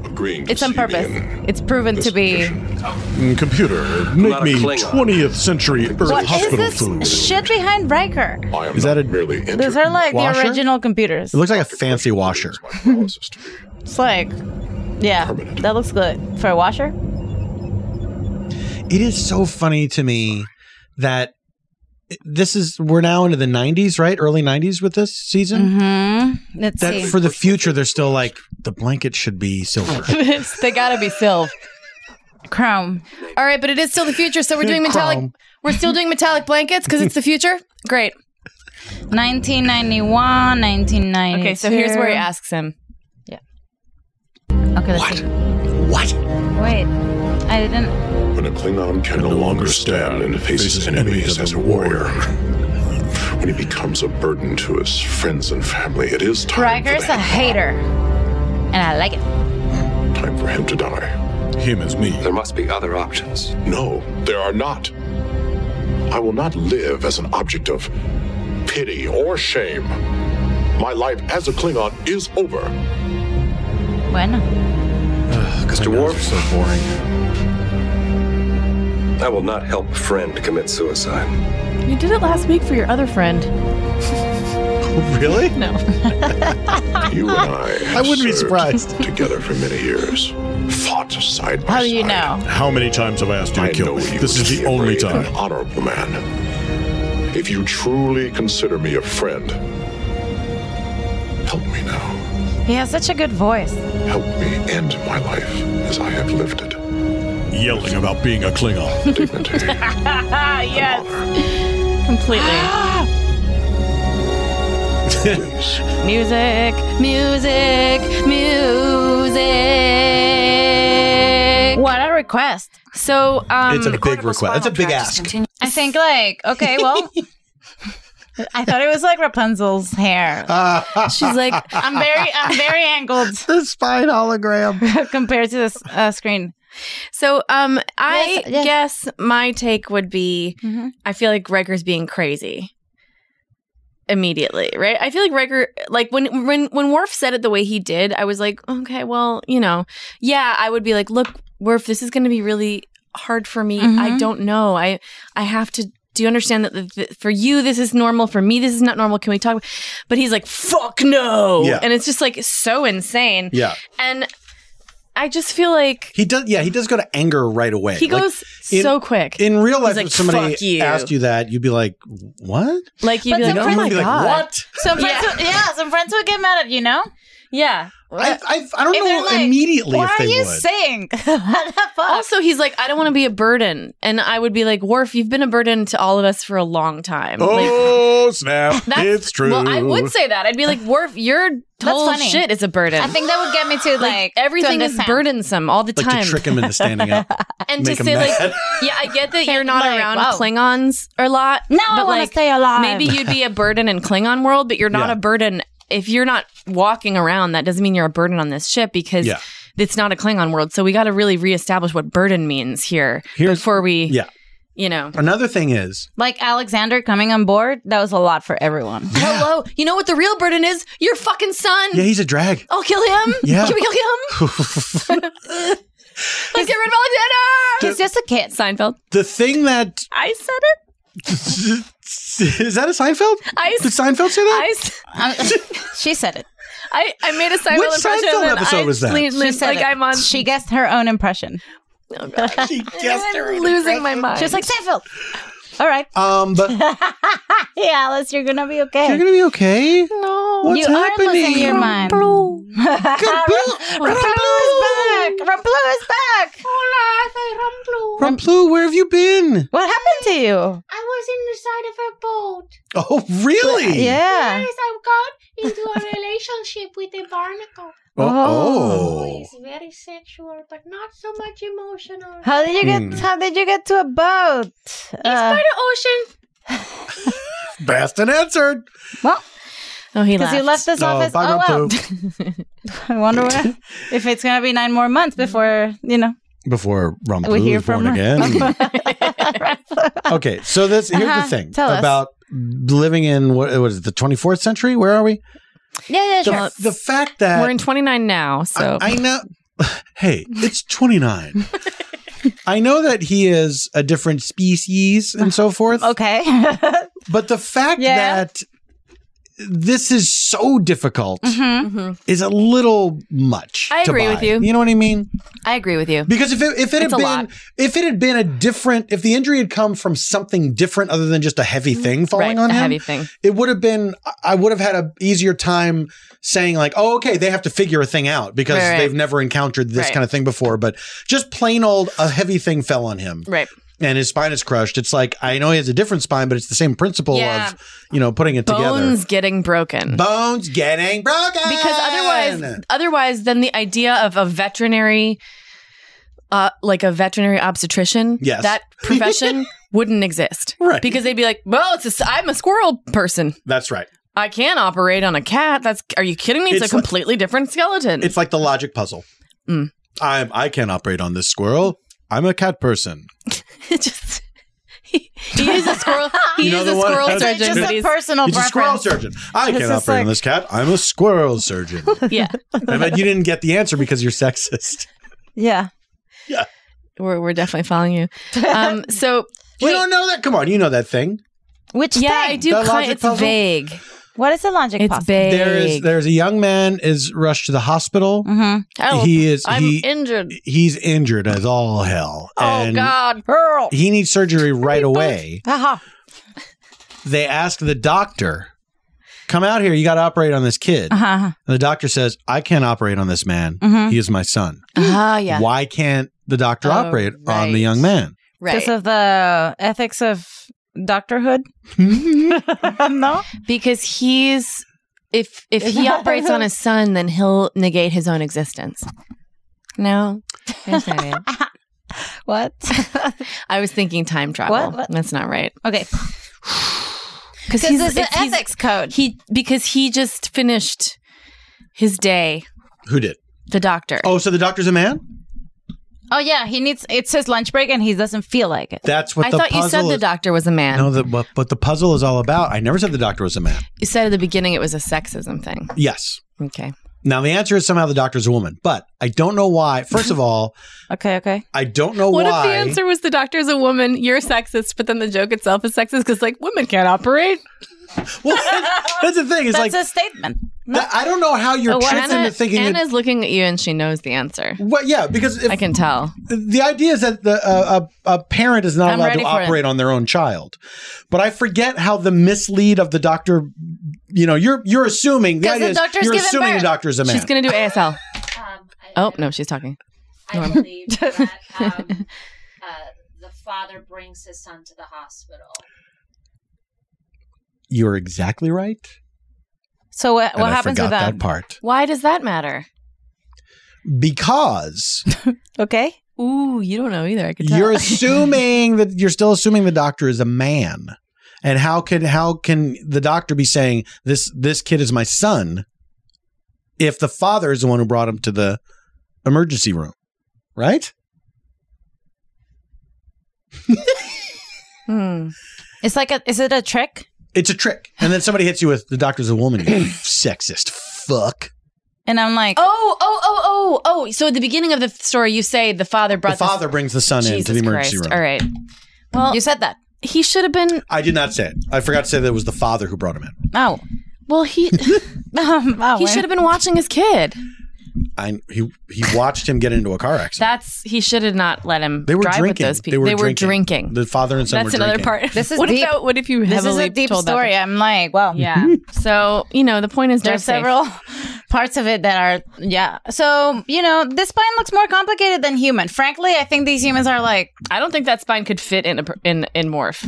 agreeing to
It's on
see me
purpose.
in
It's proven to be.
Computer,
Mm, Make me 20th century Earth
What is
hospital
this
food.
shit behind Riker?
Is that a really
Those are like the original computers.
It looks like a fancy washer.
It's like, yeah, that looks good for a washer.
It is so funny to me that this is we're now into the 90s, right? Early 90s with this season.
Mm-hmm. Let's
That
see.
for the future, they're still like the blanket should be silver.
they gotta be silver.
Chrome.
All right, but it is still the future, so we're doing metallic.
Chrome.
We're still doing metallic blankets because it's the future. Great.
1991, 1992.
Okay, so here's where he asks him.
Yeah. Okay, let's see.
What?
Wait, I didn't.
When a Klingon can no longer stand and faces enemies as a warrior, when he becomes a burden to his friends and family, it is time,
Riker's a hater. And I like it.
time for him to die. Him as me. There must be other options. No, there are not. I will not live as an object of pity or shame. My life as a Klingon is over.
When?
Because dwarves are boring. I will not help a friend commit suicide.
You did it last week for your other friend.
really?
No.
You and I.
I wouldn't be surprised.
Together for many years, fought side by
How do you know?
How many times have I asked you to kill me? This is the only time.
an honorable man. If you truly consider me a friend, help me now.
He has such a good voice.
Help me end my life as I have lived it.
Yelling about being a Klingon.
yes.
Completely. music, music, music.
What a request.
So, um,
it's a big request. That's a big ask.
I think like okay, well. I thought it was like Rapunzel's hair. She's like, I'm very, I'm very angled.
The spine hologram
compared to this uh, screen.
So, um, I
Yes, yes.
guess my take would be I feel like Riker's being crazy immediately, right? I feel like Riker, like when when when Worf said it the way he did, I was like, okay, well, you know, yeah, I would be like, look, Worf, this is going to be really hard for me. I
Mm-hmm.
Mhm.
don't know. I I have to. Do you understand that th- th- for you this is normal? For me this is not normal. Can we talk? But he's like, "Fuck no!"
Yeah.
and it's just like so insane.
Yeah.
and I just feel like
He does. Yeah, he does go to anger right away.
He
Like,
goes
in-
so quick.
In real life,
like,
if somebody
"Fuck you."
asked you that, you'd be like, "What?"
like you'd
But
be like,
some
oh
friends-
my
You'd be like,
god,
"What?"
Some friends, yeah. Would, yeah, some friends would get mad at you, know?
Yeah,
I, I, I don't
If
know
they're like,
immediately
Why
if
are
they
you
would.
saying? what the fuck?
Also, he's like, I don't want to be a burden, and I would be like, Worf, you've been a burden to all of us for a long time. Like,
Oh snap!
that's-
It's true.
Well, I would say that. I'd be like, Worf, your total
funny.
shit is a burden.
I think that would get me to like, to
everything is
understand.
burdensome all the
Like
time.
to trick him into standing up,
and
make
to
him
say like,
mad.
yeah, I get that you're not
Like,
around
wow.
Klingons a lot.
No, I
but
wanna
like,
stay alive.
Maybe you'd be a burden in Klingon world, but you're not
Yeah.
a burden if you're not walking around. That doesn't mean you're a burden on this ship because
Yeah.
it's not a Klingon world. So we got to really reestablish what burden means here
Here's-
before we,
yeah.
you know.
Another thing is,
Like Alexander coming on board, that was a lot for everyone.
Hello, you know what the real burden is? Your fucking son.
yeah, he's a drag.
I'll kill him.
Yeah.
Can we kill him? Let's get rid of Alexander.
He's just a kid.
Seinfeld.
The thing that
I said it.
is that a Seinfeld?
I-
Did Seinfeld say that?
I. s-
Um, she said it.
I, I made a Seinfeld
Which
impression.
Seinfeld
and then
episode
I
was that?
le-
She
le-
said
like
it.
I'm on.
She guessed her own impression.
Oh, God.
she guessed her
I'm losing my mind.
She was like, Seinfeld. All right.
Um, but
Hey, Alice, you're going to be okay.
you're gonna be okay.
no.
What's
you are
happening?
losing your mind.
Blue.
Rumplu,
Ramplu is back. Ramplu is back.
Rumplu, where have you been?
What happened to you?
I was in the side of a boat.
Oh, really?
Yeah.
Yes, I got into a relationship with a barnacle.
Oh.
It's very sexual, but not so much emotional.
Oh. How did you get?
Hmm.
How did you get to a boat?
It's
Uh,
by the ocean.
Baston answered.
well,
Oh, he
because
left.
you left this office.
bye,
Oh well.
Rumplu.
I wonder what, if it's gonna be nine more months
Mm-hmm.
before you know.
Before Rumplu
We hear
is born
from
again. okay, so this here's
Uh-huh.
the thing
Tell us.
about living in what, what is it, the 24th century? Where are we?
Yeah, yeah,
The,
sure.
the fact that
We're in 29 now, so
I know. Hey, it's 29. I know that he is a different species and so forth,
Okay.
but the fact
Yeah.
that this is so difficult
Mhm.
is a little much.
Mm-hmm. I
to
agree with
buy.
you.
You know what I mean?
I agree with you.
Because if it, if it
It's
had
a
been
lot.
if it had been a different if the injury had come from something different other than just a heavy thing falling
Mm-hmm. Right,
on
a
him,
heavy thing.
it would have been I would have had a easier time saying like, oh, okay, they have to figure a thing out because
Right, right.
they've never encountered this
Right.
kind of thing before. But just plain old a heavy thing fell on him
Right.
and his spine is crushed. It's like I know he has a different spine, but it's the same principle
Yeah.
of you know putting it
Bones
together.
getting broken.
Bones getting broken
because otherwise otherwise then the idea of a veterinary uh, like a veterinary obstetrician
Yes.
that profession wouldn't exist
Right.
because they'd be like well it's a s- i'm a squirrel person
that's right.
i can't operate on a cat that's are you kidding me it's,
It's
a
like-
completely different skeleton
It's like the logic puzzle.
Mm.
I I can't operate on this squirrel. I'm a cat person.
It just he, he uses
squirrel. He
You know
is
the
a
one-
squirrel
That's
surgeon.
just
but
a
he's,
Oh,
personal
He's a squirrel
preference.
surgeon. I
It's
can't
just
operate
like-
on this cat. I'm a squirrel surgeon.
yeah.
I bet you didn't get the answer because you're sexist.
Yeah.
Yeah.
We're, we're definitely following you. Um, so
you don't know that? Come on, you know that thing.
Which
yeah,
thing?
I do.
The
kind-
logic
it's
puzzle?
vague.
What is the logic?
It's
puzzle?
vague.
There is there's a young man is rushed to the hospital.
Mhm.
Oh,
he is
I'm
he,
injured.
He's injured as all hell.
Oh
and
God, Uh-huh. Pearl.
He needs surgery right away.
Aha.
They ask the doctor, "Come out here. You got to operate on this kid."
Uh-huh.
And the doctor says, "I can't operate on this man.
Mhm.
Mm-hmm.
He is my son.
Ah, yeah.
Why can't the doctor
Oh,
operate on
right.
the young man?"
Because of the ethics of doctorhood. no,
because he's if if he operates on his son, then he'll negate his own existence. No, That's not it.
what?
I was thinking time travel.
What? What?
That's not right.
Okay.
Because
'Cause
he's
it's an
if he's-
ethics code.
He because he just finished his day.
Who did?
The doctor.
Oh, so the doctor's a man?
Oh yeah, he needs. It's his lunch break, and he doesn't feel like it.
That's what
I
the
thought you said
puzzle
the
is-
doctor was a man.
No, the, but, but the puzzle is all about. I never said the doctor was a man.
you said at the beginning it was a sexism thing.
Yes.
Okay.
Now the answer is somehow the doctor's a woman, but I don't know why. First of all,
okay, okay,
I don't know
What
why.
if the answer was the doctor is a woman? You're sexist, but then the joke itself is sexist because like women can't operate.
well, that's the thing. It's
That's a
like
statement.
That- I don't know how
Oh,
you're tricked into thinking. that-
Anna's looking at you and she knows the answer.
What? Yeah, because
I can tell.
the- the idea is that the uh, a, a parent is not
I'm
allowed
ready
to
for
operate
it.
on their own child. But I forget how the mislead of the doctor. You know, you're you're assuming the
Because
idea
the
is
doctor's
you're
giving
assuming
birth.
the doctor is a man.
She's gonna do ASL. oh no, she's
Um,
talking.
I
Norm.
believe that um, uh, the father brings his son to the hospital.
you're exactly right.
So what,
And
what
I
happens
forgot
with that?
that part.
Why does that matter?
Because
Okay.
Ooh, you don't know either. I could tell.
you're assuming that you're still assuming the doctor is a man and how can how can the doctor be saying this this kid is my son if the father is the one who brought him to the emergency room right
Hmm.
It's like a. Is it a trick?
it's a trick and then somebody hits you with the doctor's a woman you sexist fuck
And I'm like,
oh, oh, oh, oh, oh. So at the beginning of the story, you say the father
the
brought this-
father brings the son into the
Jesus
emergency
Christ.
room
All right. Well,
you said that.
He should have been.
i did not say it i forgot to say that it was the father who brought him in
Oh.
Well, he he should have been watching his kid.
I, he he watched him get into a car accident
That's he should have not let him.
they were
drive
drinking.
With those people. They were drinking.
The father and son
That's
were
another
drinking.
part.
This is
what
deep.
If that, what if you
This is
heavily
a deep
told that
story. I'm like, wow.
Yeah. so you know, the point is
There's
they're safe.
several parts of it that are yeah. So you know, this spine looks more complicated than human. Frankly, I think these humans are like
I don't think that spine could fit in a per- in in morph.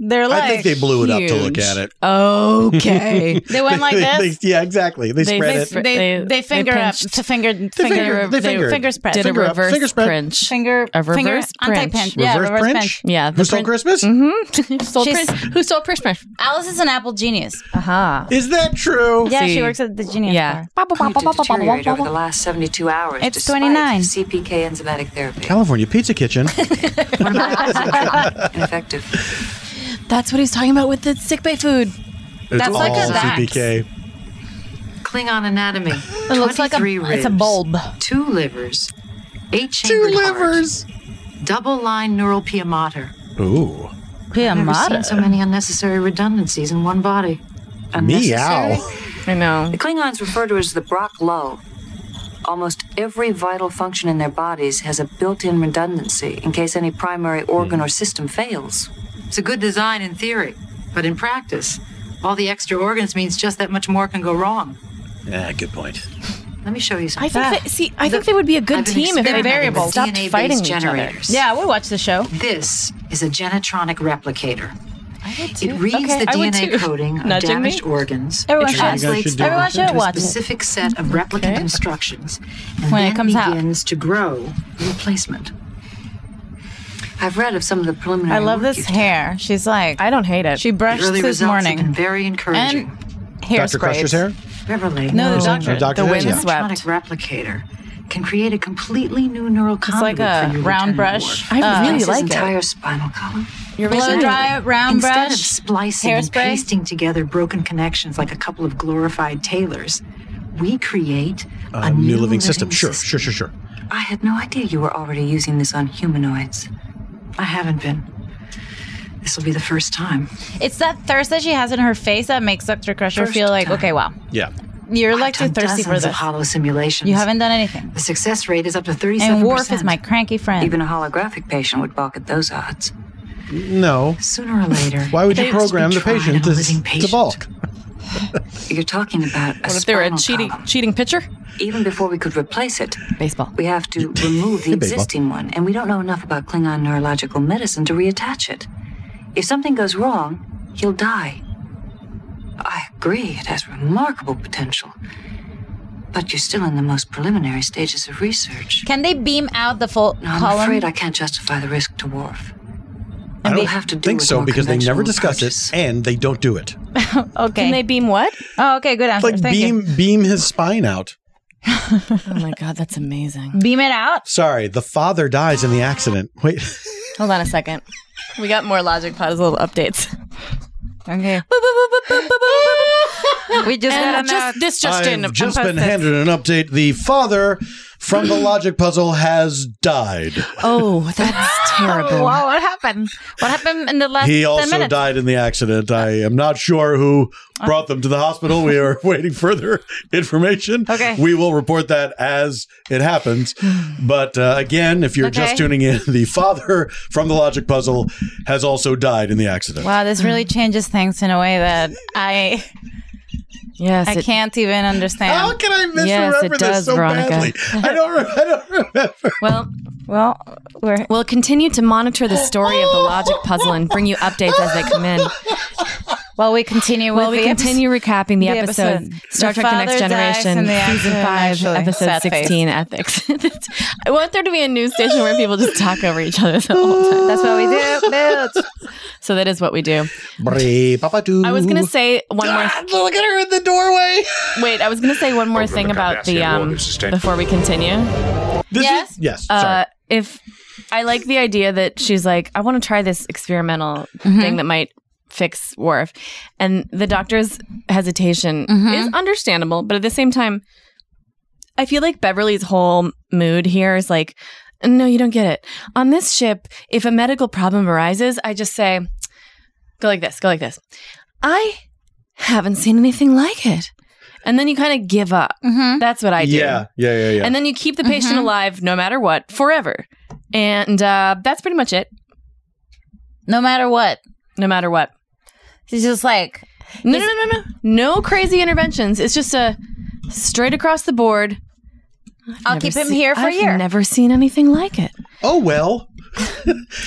they're like.
I think they blew it up to look
huge.
at it.
Okay.
They went like this?
they- yeah, exactly. They,
They-
spread
they
it.
spread-
they, they,
they
finger up
pinched.
to finger
They
finger
finger- they fingered.
finger spread
Did
Finger
a
up,
reverse
finger spread.
pinch.
finger
A reverse
finger anti pinch
pinch.
yeah
Reverse
reverse
pinch?
pinch.
Yeah.
Who stole Christmas?
Mm-hmm. Who stole
She's-
Prince? Who stole Christmas?
Alice is an apple genius.
Aha.
Is that true?
Yeah,
See.
she works at the genius
Yeah.
store.
Did deteriorate over the last 72 hours.
It's
despite
29.
CPK and enzymatic therapy.
California Pizza Kitchen.
Ineffective.
That's what he's talking about with the sick bay food.
It's
That's
all
like a Dax.
CPK.
Klingon anatomy.
It looks like a-
23 ribs,
it's a bulb.
Two livers. Eight chambered Two livers. Double line neural pia
Ooh.
I've never seen
Piamata.
so many unnecessary redundancies in one body. Unnecessary?
Meow.
I know.
The Klingons refer to it as the Brock Low. Almost every vital function in their bodies has a built in redundancy in case any primary
Hmm.
organ or system fails. It's a good design in theory, but in practice, all the extra organs means just that much more can go wrong.
Yeah, good point.
Let me show you something.
I think that, see, I think they would be a good
I've been
team if they
experimenting
variables
with
stopped
DNA-based
fighting each other.
generators.
Yeah, we watch the show.
This is a genitronic replicator.
too.
It reads
Okay,
the
I would too.
DNA coding of
Nudging me?
damaged organs.
Everyone
it
should.
translates them
Everyone should
into a
watch it.
specific set of replicant instructions, and
When it
then
comes out.
begins to grow the replacement. I've read of some of the preliminary.
I love
work
this
you've
hair. She's like
I don't hate it.
she
done. The
brushed
early
this
results have been
morning.
very encouraging.
And hair
Dr. Crusher's
sprays.
hair?
Beverly,
No, the
No,
doctor.
doctor
the
does, yeah.
electronic replicator
can create a completely new neural
It's like
conduit
a
for your
round
return
brush.
to work.
Uh,
This entire spinal column.
Your blow dry round
Instead
brush.
of splicing and
hairspray.
pasting together broken connections like a couple of glorified tailors, we create
A new living, system. Sure, sure, sure, sure.
I had no idea you were already using this on humanoids. I haven't been. This will be the first time.
It's that thirst that she has in her face that makes Dr. Crusher feel like, okay, wow,
Yeah.
you're like too thirsty for
dozens of
this.
hollow simulations.
You haven't done anything.
The success rate is up to 37%.
And Worf is my cranky friend.
Even a holographic patient would balk at those odds.
No.
Sooner or later.
Why would you
they must be
program the
tried
patient
on a
to,
living
to balk?
You're talking about a
What if they were a
spinal
cheating
column.
cheating pitcher?
Even before we could replace it,
baseball.
We have to remove the
Hey, baseball.
existing one, and we don't know enough about Klingon neurological medicine to reattach it. If something goes wrong, he'll die. I agree, it has remarkable potential. But you're still in the most preliminary stages of research.
Can they beam out the full
No, I'm
column?
afraid I can't justify the risk to Worf.
I
And
don't
we have to do
think
with
so
more
because they never
conventional
discuss it and they don't do it.
okay.
Can they beam what?
Oh, okay, good answer.
Like
Thank
beam
you.
beam his spine out.
Oh my god, that's amazing.
Beam it out.
Sorry, the father dies in the accident. Wait.
Hold on a second. We got more logic puzzle updates.
Okay. we just got
And just-
a-
this just
I've
in. I'm
just been
posted.
handed an update. The father from the logic puzzle has died.
Oh, that's
terrible. wow, what happened? What happened in the last
he
10
also
minutes?
died in the accident. I am not sure who
Oh.
brought them to the hospital. We are waiting further information.
Okay.
We will report that as it happens. But uh, again, if you're just
Okay.
tuning in, the father from the logic puzzle has also died in the accident.
Wow, this really
Hmm.
changes things in a way that I
yes,
I
it-
can't even understand.
How can I misremember
yes, it
this
does,
so
Veronica.
badly? I don't, re- I don't remember.
Well, well, we're
We'll continue to monitor the story of the logic puzzle and bring you updates as they come in.
while we continue
While
with
we
the episode-
continue recapping the,
the
episode,
episode.
Star
The
Trek: The Next
father dies
Generation,
in the
Season
accident,
Five,
actually.
Episode
Sad face.
Sixteen, Ethics. That's- I want there to be a news station where people just talk over each other the whole time.
That's what we do. Bitch.
So that is what we do. I was gonna say one more.
look at her in the doorway.
Wait, I was gonna say one more thing about the um before we continue.
yes.
yes.
Uh, if I like the idea that she's like, I want to try this experimental thing that might fix Worf, and the doctor's hesitation is understandable, but at the same time, I feel like Beverly's whole mood here is like, no, you don't get it. On this ship, if a medical problem arises, I just say, go like this, go like this. I haven't seen anything like it. And then you kind of give up. That's what I do.
Yeah, yeah, yeah, yeah.
And then you keep the
Mm-hmm.
patient alive no matter what forever. And uh, that's pretty much it.
No matter what.
No matter what.
She's just like
No, no, no, no, no. No crazy interventions. It's just a straight across the board.
I'll
Never
keep him
see-
here for a
I've
year.
never seen anything like it.
oh, well.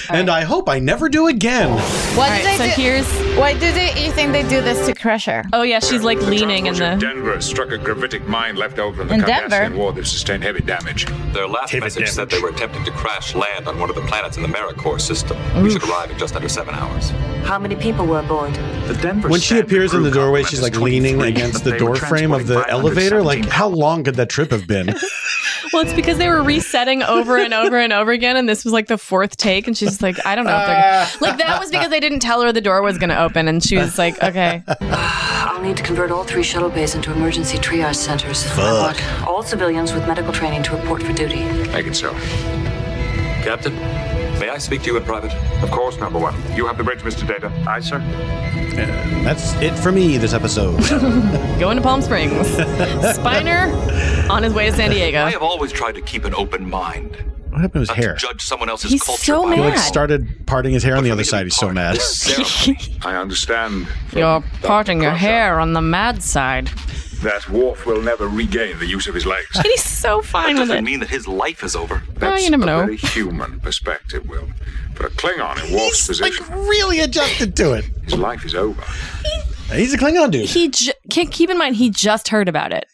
and I hope I never do again.
What
All
do they
right, so
do?
here's.
Why do they? You think they do this to Crusher?
Oh yeah, she's like leaning in
Ship
the.
Denver struck a gravitic mine left over in the
In
Cardassian
Denver?
War that sustained heavy damage.
Their last message said they were attempting to crash land on one of the planets in the Maricore system. We should arrive in just under seven hours.
How many people were aboard?
The Denver
When she appears in the doorway, she's like leaning against the door frame of the elevator. Like, how long could that trip have been?
Well, it's because they were resetting over and over and over again, and this was like the fourth take, and she's just like, I don't know if they're like that was because they didn't tell her the door was going to open, and she was like, okay.
I'll need to convert all three shuttle bays into emergency triage centers. I
Fuck.
want all civilians with medical training to report for duty.
Make it so.
Captain, may I speak to you in private?
Of course, number one. You have the bridge, Mr. Data. Aye, sir.
And that's it for me this episode.
Going to Palm Springs. Spiner on his way to San Diego.
I have always tried to keep an open mind,
What happened to his hair?
judge someone else's
He's
culture.
so
He like
mad.
started parting his hair on the other side. He's so mad.
I understand
You're parting your hair on the mad side.
that Worf will never regain the use of his legs.
And he's so fine with
doesn't
it.
mean that his life is over.
That's
you never
a
know.
very human perspective, Will. For a Klingon in Worf's position,
really adjusted to it.
his life is over.
He's a Klingon dude.
He j- can keep in mind he just heard about it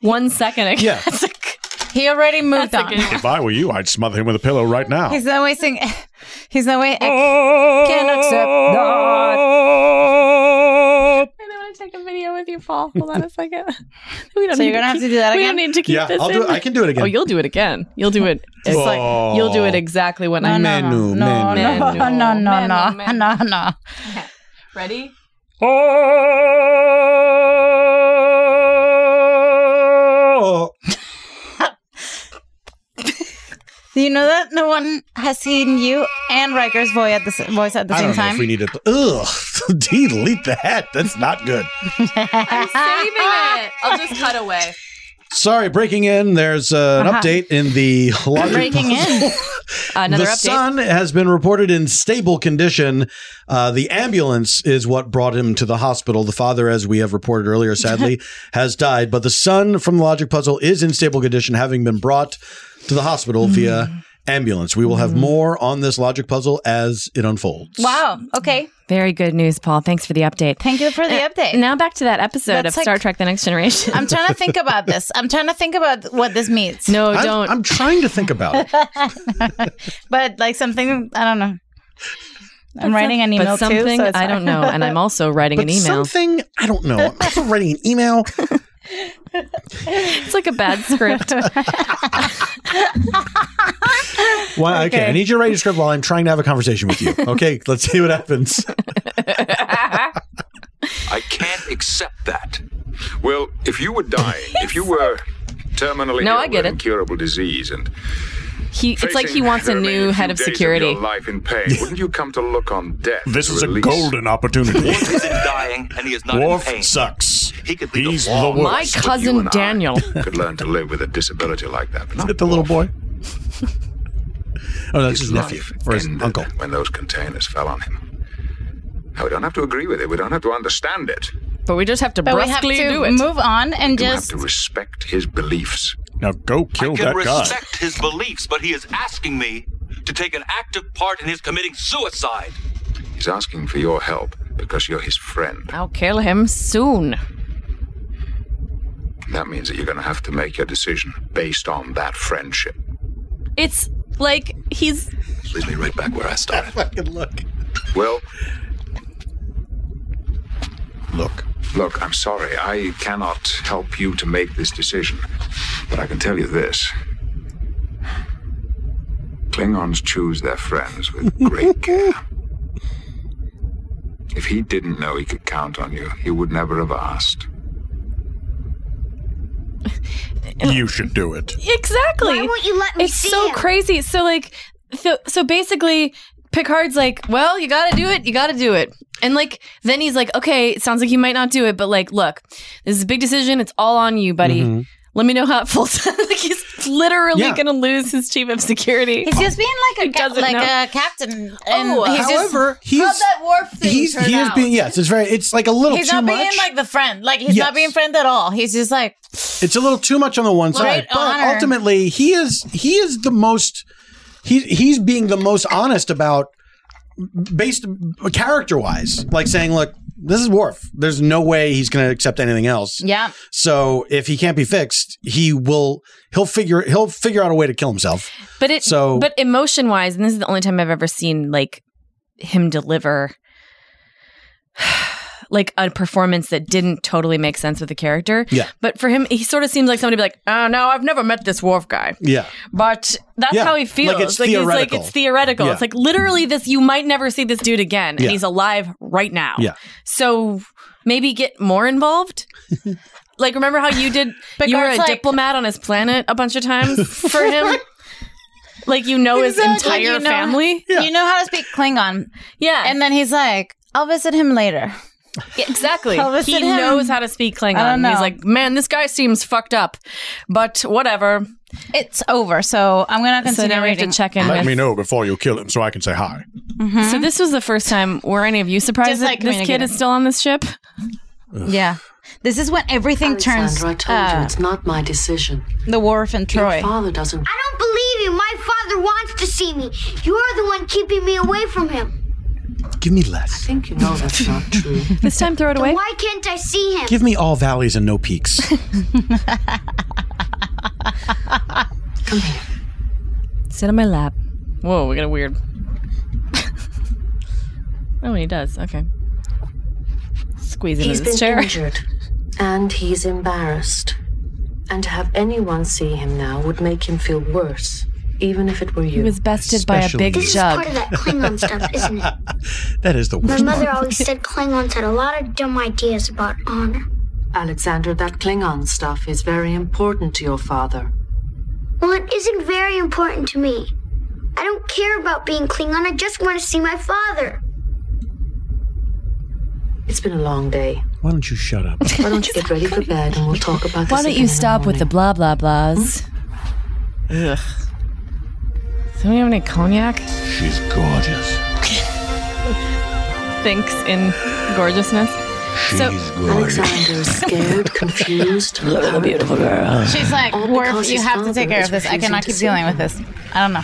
one second ago.
Yeah.
That's a good
He already moved on.
if I were you, I'd smother him with a pillow right now.
He's not wasting. He's not waiting. Can't accept. God.
I want to take a video with you
fall. Hold on a second.
We don't
So
need
you're gonna have
keep-
to do that
We
again?
don't need to keep
Yeah,
this
I'll
in.
do it- I can do it again.
Oh, you'll do it again. You'll do it. It's
Oh.
like you'll do it exactly when I
No,
Menu, menu.
no, no, no, no, no, no,
Ready?
Oh.
Do you know that no one has seen you and Riker's voice at the s- voice at the
I
same
don't know
time?
if we need to. Ugh, delete that. That's not good.
I'm saving it. I'll just cut away.
Sorry, breaking in. There's uh, an
Uh-huh.
update in the logic.
uh,
Breaking in. Another
the
update.
son has been reported in stable condition. Uh, the ambulance is what brought him to the hospital. The father, as we have reported earlier, sadly has died, but the son from the logic puzzle is in stable condition, having been brought to the hospital via ambulance. We will have more on this logic puzzle as it unfolds.
Wow. Okay.
Very good news, Paul. Thanks for the update.
Thank you for the
Uh,
update.
Now back to that episode
That's
of Star
like-
Trek: The Next Generation.
I'm trying to think about this. I'm trying to think about what this means.
No,
I'm,
don't.
I'm trying to think about it.
but like something I don't know. I'm writing an email
but something
too. So it's
I don't
fine.
know, and I'm also writing
But
an email.
something I don't know. I'm also writing an email.
It's like a bad script.
Why, okay. I need you to write a script while I'm trying to have a conversation with you. Okay, let's see what happens.
I can't accept that. Well, if you were dying, if you were terminally
No,
ill
I get
with
it.
incurable disease and
he, it's like he
facing
wants a
the
new
remaining
head
few
of
days
security.
your life in pain, wouldn't you come to look on death?
This
to
is a
release-
golden opportunity.
Isn't dying, and he is not in pain.
Worf sucks.
He could lead
He's
a
the
long
My
worst.
cousin Daniel.
Could learn to live with a disability like that. But not
the little boy? oh, that's his nephew
life
or his
ended
uncle.
when those containers fell on him. Now, we don't have to agree with it. We don't have to understand it.
But we just have to
But we have
brusquely do
to
it.
move on and
You
just
have to respect his beliefs.
Now go
kill
I can respect his beliefs, but he is asking me to take an active part in his committing suicide.
He's asking for your help because you're his friend.
I'll kill him soon.
That means that you're going to have to make your decision based on that friendship.
It's like he's
Leads me right back where I started.
Fucking look.
Well,
look.
Look, I'm sorry. I cannot help you to make this decision. But I can tell you this Klingons choose their friends with great care. If he didn't know he could count on you, he would never have asked.
You should do it.
Exactly. Why won't you let me it's so crazy. So like so, so basically Picard's like, "Well, you got to do it. You got to do it." And like then he's like, "Okay, it sounds like you might not do it, but like, look. This is a big decision. It's all on you, buddy."
Mm-hmm.
Mhm.
Let me know how it falls. out." like he's literally
Yeah.
gonna lose his chief of security.
He's just being like a ca-
doesn't
like
know.
a captain. And
Oh,
he's
however,
just,
he's-
how'd that warp thing
He's
turn
he is
out?
being yes. It's very. It's like a little
He's
too
not being
much.
like the friend. Like he's
Yes.
not being friend at all. He's just like
it's a little too much on the one side.
Great
But
honor.
ultimately, he is he is the most. He he's being the most honest about based character wise, like saying, "Look, this is Worf. There's no way he's going to accept anything else."
yeah.
So if he can't be fixed, he will he'll figure he'll figure out a way to kill himself.
But it
So-
but emotion wise, and this is the only time I've ever seen like him deliver like a performance that didn't totally make sense with the character.
Yeah.
But for him, he sort of seems like somebody be like, oh no, I've never met this Worf guy.
Yeah.
But that's
Yeah.
how he feels.
Like, it's
he's like
theoretical.
it's theoretical.
Yeah.
It's like literally this you might never see this dude again.
Yeah.
And he's alive right now.
Yeah.
So maybe get more involved. like remember how you did you were a
Picard's like-
diplomat on his planet a bunch of times for him? like you know his
Exactly.
entire
You know-
family.
You know how to speak Klingon.
Yeah.
And then he's like, I'll visit him later.
Yeah, exactly.
How is
He
it him?
knows how to speak Klingon.
I don't
He's
know.
like, man, this guy seems fucked up, but whatever.
It's over. So I'm going to
So
continue
now we have
reading.
to check in.
Let
with-
me know before you kill him so I can say hi.
So this was the first time. Were any of you surprised
Just
that
like
this kid
communicating.
is still on this ship?
Yeah. This is when everything turns
Alexandra, I told you
uh,
it's not my decision.
the wharf and
Your
Troy.
father doesn't.
I don't believe you. My father wants to see me. You're the one keeping me away from him.
Give me less.
think you know that's not true.
This time, throw it
Then
away.
why can't I see him?
Give me all valleys and no peaks.
Sit on my lap. Whoa, we got a weird. oh, and he does. Okay. Squeeze into
He's been
this chair.
injured. And he's embarrassed. And to have anyone see him now would make him feel worse, even if it were you.
He was bested by a big
this
jug.
is part of that Klingon stuff, isn't it?
That is the
My
worst
mother
part.
always said Klingons had a lot of dumb ideas about honor.
Alexander, that Klingon stuff is very important to your father.
Well, it isn't very important to me. I don't care about being Klingon. I just want to see my father.
It's been a long day.
Why don't you shut up?
Why don't you get ready for bed and we'll talk about this.
Why don't you stop with the blah blah blahs?
Ugh. Do Hmm? we have any cognac?
She's gorgeous.
Thinks in gorgeousness.
She's
so,
gorgeous.
Alexander's scared, confused. Look at the beautiful
girl.
She's like, Worf,
because
you
his
have to
father
take care
is
of this. I
refusing
cannot
to
keep
see
dealing
her.
with this. I don't know.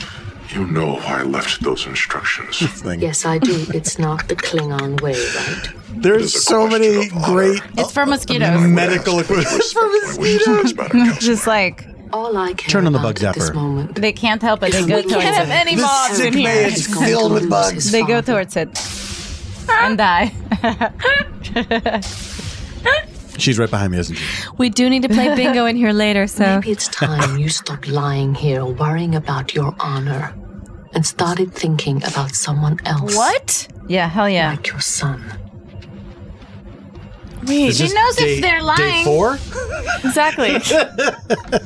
You know I left those instructions.
Yes, I do. It's not the Klingon way, right?
There's so many great
It's
Oh,
for mosquitoes.
medical equipment.
for mosquitoes. Just like
all I care
Turn on the bug zapper.
They can't help it. They go
We
towards
can't
it.
have any This mobs sick in here. man is filled with bugs.
They go towards it and die.
She's right behind me, isn't she?
we do need to play bingo in here later. So
Maybe it's time you stopped lying here, worrying about your honor, and started thinking about someone else.
What? Yeah, hell
Oh,
yeah.
Like your son.
Wait,
Is she this knows if day- they're day lying. four?
Exactly.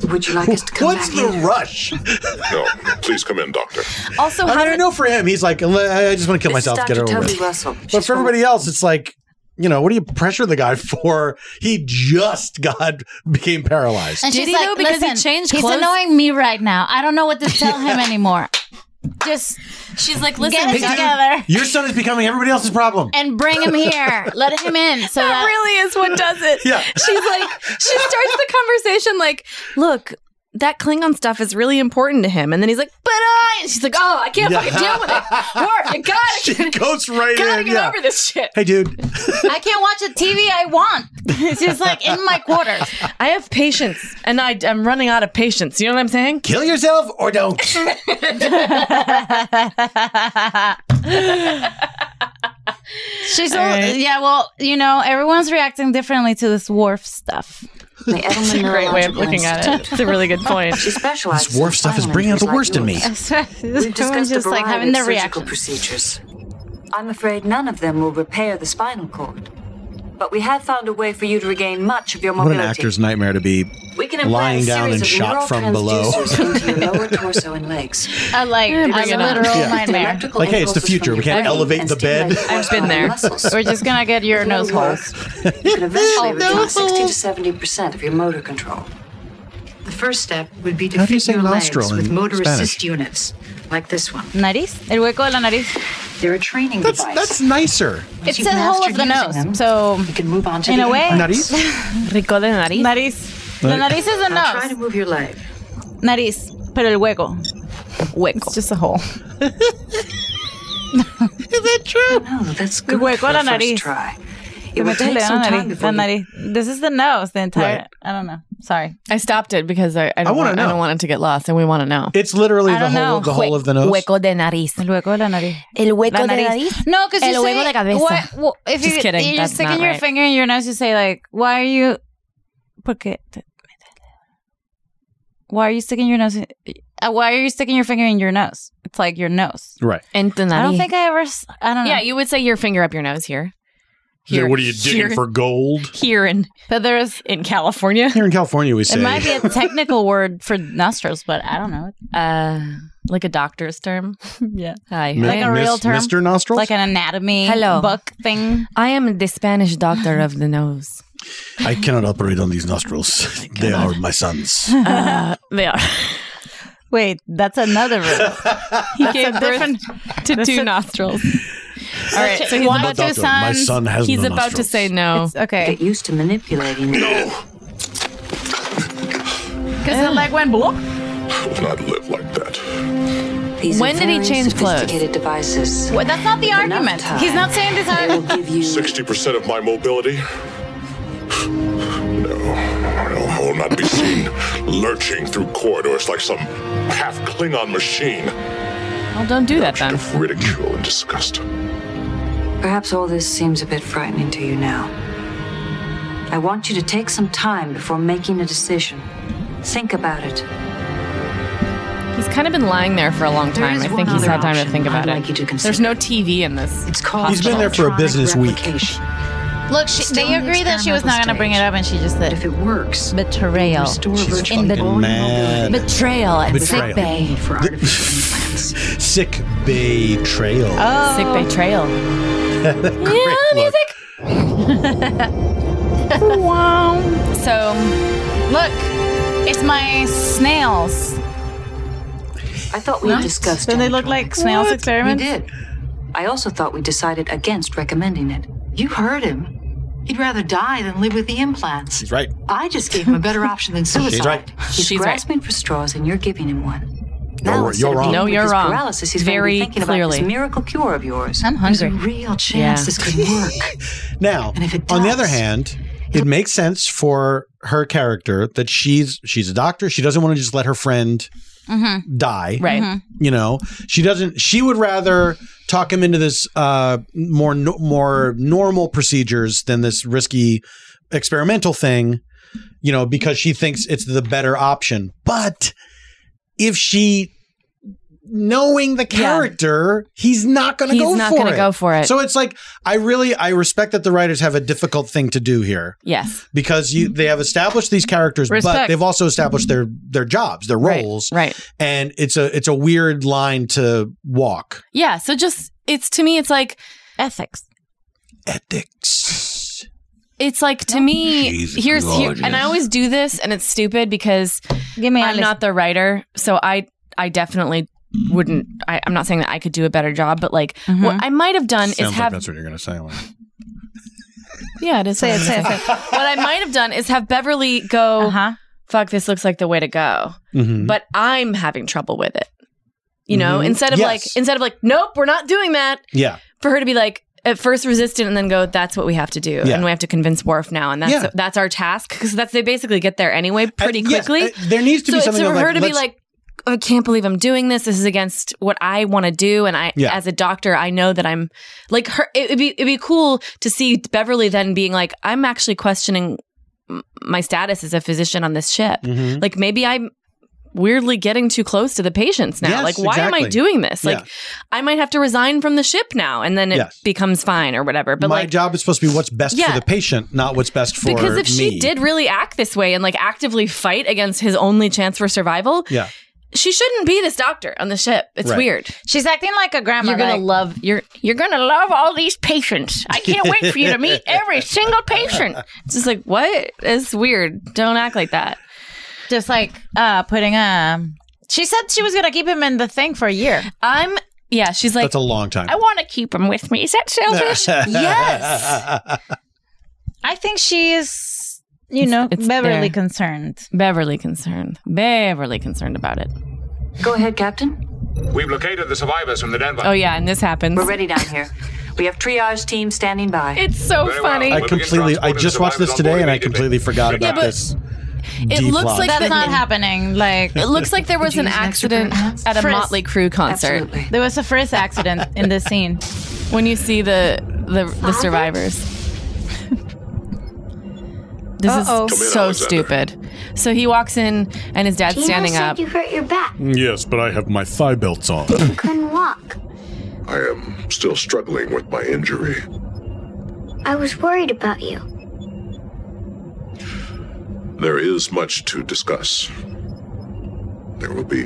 Would you like us to
come What's the rush?
Oh,
no, please come in, Doctor.
Also,
I don't know for him. He's like, I I just want to kill myself. Get it over with.
Russell.
But for everybody else, it's like, you know, what do you pressure the guy for? He just got became paralyzed.
And
Did
she's
he
like,
though? Because he
"Listen,
changed
He's
clothes?"
annoying me right now. I don't know what to tell him anymore. Just
she's like, listen,
get it
Doc-
together
Your son is becoming everybody else's problem.
and bring him here. Let him in. So
that,
that,
really is what does it.
Yeah.
She's like, she starts the conversation like, look, that Klingon stuff is really important to him. And then he's like, but I, and she's like, oh, I can't
Yeah.
fucking deal with it. Worf, you gotta,
She goes right
gotta
in.
get
yeah.
over this shit.
Hey, dude.
I can't watch the TV I want. It's just like in my quarters.
I have patience and I, I'm running out of patience. You know what I'm saying?
Kill yourself or don't.
She's all, yeah. Well, you know, everyone's reacting differently to this wharf stuff.
It's a great way of looking at it. It's a really good point.
She specializes.
This dwarf stuff is bringing out the worst in me.
We've discussed
just
a
like
variety
having
of
the
surgical
reaction.
procedures. I'm afraid none of them will repair the spinal cord, but we have found a way for you to regain much of your
What
mobility.
an actor's nightmare to be
We can implant
lying
a
down
series
and
of
shot from below.
neurotransducers into your lower torso and legs.
I like
bring
it's a
it on.
literal
Yeah.
nightmare.
Electrical
like, hey, it's the
impulses from
future. We
your
can't
brain
elevate
and
the bed.
stimulate
I've been there.
muscles.
We're just gonna get your nose holes.
You could
Oh,
eventually regain
Nose
60 to
holes.
70 percent of your motor control. The first step would be to
How do you
fit
say
your
nostril
legs
in
with motor
Spanish?
assist units, like this one.
Nariz, el hueco de la nariz.
They're a training
That's
device.
that's nicer.
It's
you've
the whole of
mastered
the
using
nose.
them,
so
you can move on to
in
the
a way-
implants.
Rico de nariz.
nariz. The
Like-
nariz is the
Now try to
nose.
move your leg.
Nariz, pero el hueco. Hueco. It's just a hole. is that true?
No, that's
El
good.
hueco
for
de la
a first
nariz.
try. It
Te
will
metes
take
la
some time
nariz,
before
la
you
nariz. This is the nose, the entire.
Right.
I don't know. Sorry.
I stopped it because I, I,
I
don't
wanna
want, I
know.
don't want it to get lost and we want to know.
It's literally
I
the
don't know.
whole the whole of the nose.
Hueco de nariz.
El hueco de la nariz.
El
La No, because
El
you
huevo
say,
de cabeza.
What, what, if
Just
you,
kidding,
you're
that's
sticking
not
your
right.
finger in your nose, you say like, "Why are you? Porque, te- why are you sticking your nose? In, uh, why are you sticking your finger in your nose? It's like your nose.
Right.
I don't think I ever. s- I don't know.
Yeah, you would say your finger up your nose here. Here,
what are you digging
here.
for gold?
Here in,
but there's.
in California.
Here in California we say
It might be a technical word for nostrils, but I don't know.
Uh, like a doctor's term.
Yeah.
Hi.
Mi-
like a
Miss-
real term.
Mr. Nostrils.
Like an anatomy
Hello.
book thing.
I am the Spanish doctor of the nose.
I cannot operate on these nostrils. they are my sons.
Uh, they are.
Wait, that's another rule.
He gave
a
birth
different-
to
that's
two
a-
nostrils. All right, so he's
One
I'm a
about,
of two
doctor. My
sons.
son has
he's
no
about to
nostrils.
say no.
It's- okay.
Get used to manipulating. No.
Because the leg went bloop.
I will not live like that.
These
When
are
did he
very
change clothes?
sophisticated devices.
Well, that's not the argument.
time.
He's not saying this
They will
argument.
give you
60% of my mobility? No, no, I will not be seen lurching through corridors like some half Klingon machine.
Well, don't do that then.
Of ridicule and disgust.
Perhaps all this seems a bit frightening to you now. I want you to take some time before making a decision. Think about it.
He's kind of been lying there for a long time. I think he's had time to think about it. There's no TV in this. It's called.
He's been there for a business week.
Look, she, they agreed that she was not going to bring it up, and she just said, "If it works, betrayal
She's
in the
fucking mad.
betrayal at
Betrayal.
sick bay."
Sick Bay Trail.
Oh. Sick Bay
Trail.
yeah, music.
wow. So, look, it's my snails.
I thought we
Nice.
discussed
So they look like snails
What?
experiments?
We did. I also thought we decided against recommending it. You heard him. He'd rather die than live with the implants.
He's right.
I just gave him a better option than
She's
suicide.
right.
He's
She's right.
grasping for straws, and you're giving him one.
You're-
Now, instead
you're
of
wrong.
dealing
No,
with
you're
his
wrong.
Paralysis, he's going to
Very
be thinking about
clearly.
this miracle cure of yours.
I'm
There's a real chance
Yeah.
this could work.
Now, on the other hand, it makes sense for her character that she's she's a doctor. She doesn't want to just let her friend
Mm-hmm.
die.
Right. Mhm.
You know, she doesn't. She would rather talk him into this uh, more no, more normal procedures than this risky experimental thing. You know, because she thinks it's the better option. But if she knowing the character, he's not going to
He's
go
not
for
gonna
it.
go for it.
So it's like I really I respect that the writers have a difficult thing to do here
Yes.
because you they have established these characters, but
Respect.
they've also established their their jobs, their
Right,
roles,
right.
And it's a it's a weird line to walk.
Yeah. So just it's to me, it's like ethics.
Ethics.
It's like to me.
Jesus
here's here,
Lord,
and I
yes.
always do this, and it's stupid because I'm not the writer, so I I definitely wouldn't. I, I'm not saying that I could do a better job, but like
Mm-hmm.
what I might have done is
Sounds like
have
that's what you're going to say. Lauren.
Yeah, it is. Uh-huh. Say it, say it, say it. What I might have done is have Beverly go,
Oh.
fuck, this looks like the way to go.
Mhm.
But I'm having trouble with it. You know,
Mhm.
instead of
Yes.
like, instead of like, nope, we're not doing that.
Yeah.
For her to be like, at first resistant and then go, that's what we have to do.
Yeah.
And we have to convince Worf now. And that's
Yeah.
that's our task. Because that's they basically get there anyway pretty quickly.
uh, there needs to be
so it's
something
for
of, like,
her to be
let's-
like, "Oh, I can't believe I'm doing this. This is against what I want to do. And I,
Yeah.
as a doctor, I know that I'm like her. It, would be it'd be cool to see Beverly then being like, I'm actually questioning m- my status as a physician on this ship.
Mhm.
Like maybe I'm weirdly getting too close to the patients now.
Yes,
like why am I
exactly.
doing this? Like
Yeah.
I might have to resign from the ship now, and then it
Yes.
becomes fine or whatever. But
My
like
job is supposed to be what's best
Yeah.
for the patient, not what's best for
because if she
me.
did really act this way and like actively fight against his only chance for survival,
yeah.
she shouldn't be this doctor on the ship. It's
Right.
weird.
She's acting like a grandma.
You're gonna
like-
love you're you're gonna love all these patients. I can't wait for you to meet every single patient. It's just like what? It's weird. Don't act like that.
Just like uh putting a. She said she was gonna keep him in the thing for a year.
I'm. Yeah, she's
That's a long time.
want to keep him with me. Is that selfish? yes.
I think she is. You know,
It's
Beverly
there.
concerned.
Beverly concerned. Beverly concerned about it.
Go ahead, Captain.
We've located the survivors from the Denver.
Oh yeah, and this happens.
We're ready down here. We have triage team standing by.
It's so
Very well.
funny.
I completely. I just watched this today, and I completely forgot
Yeah,
about
but
this.
it
D
looks
plot.
like
That's
that-
not happening. Like
It looks like there was an accident at a
Frisk.
Motley Crue concert.
There was a first accident in this scene.
When you see the the, the survivors. This
Uh-oh. Come in,
is so
Alexander.
stupid. So he walks in and his dad's
Gino
standing
said
up.
you hurt your back.
Yes, but I have my thigh belts on.
Couldn't walk.
I am still struggling with my injury.
I was worried about you.
There is much to discuss. There will be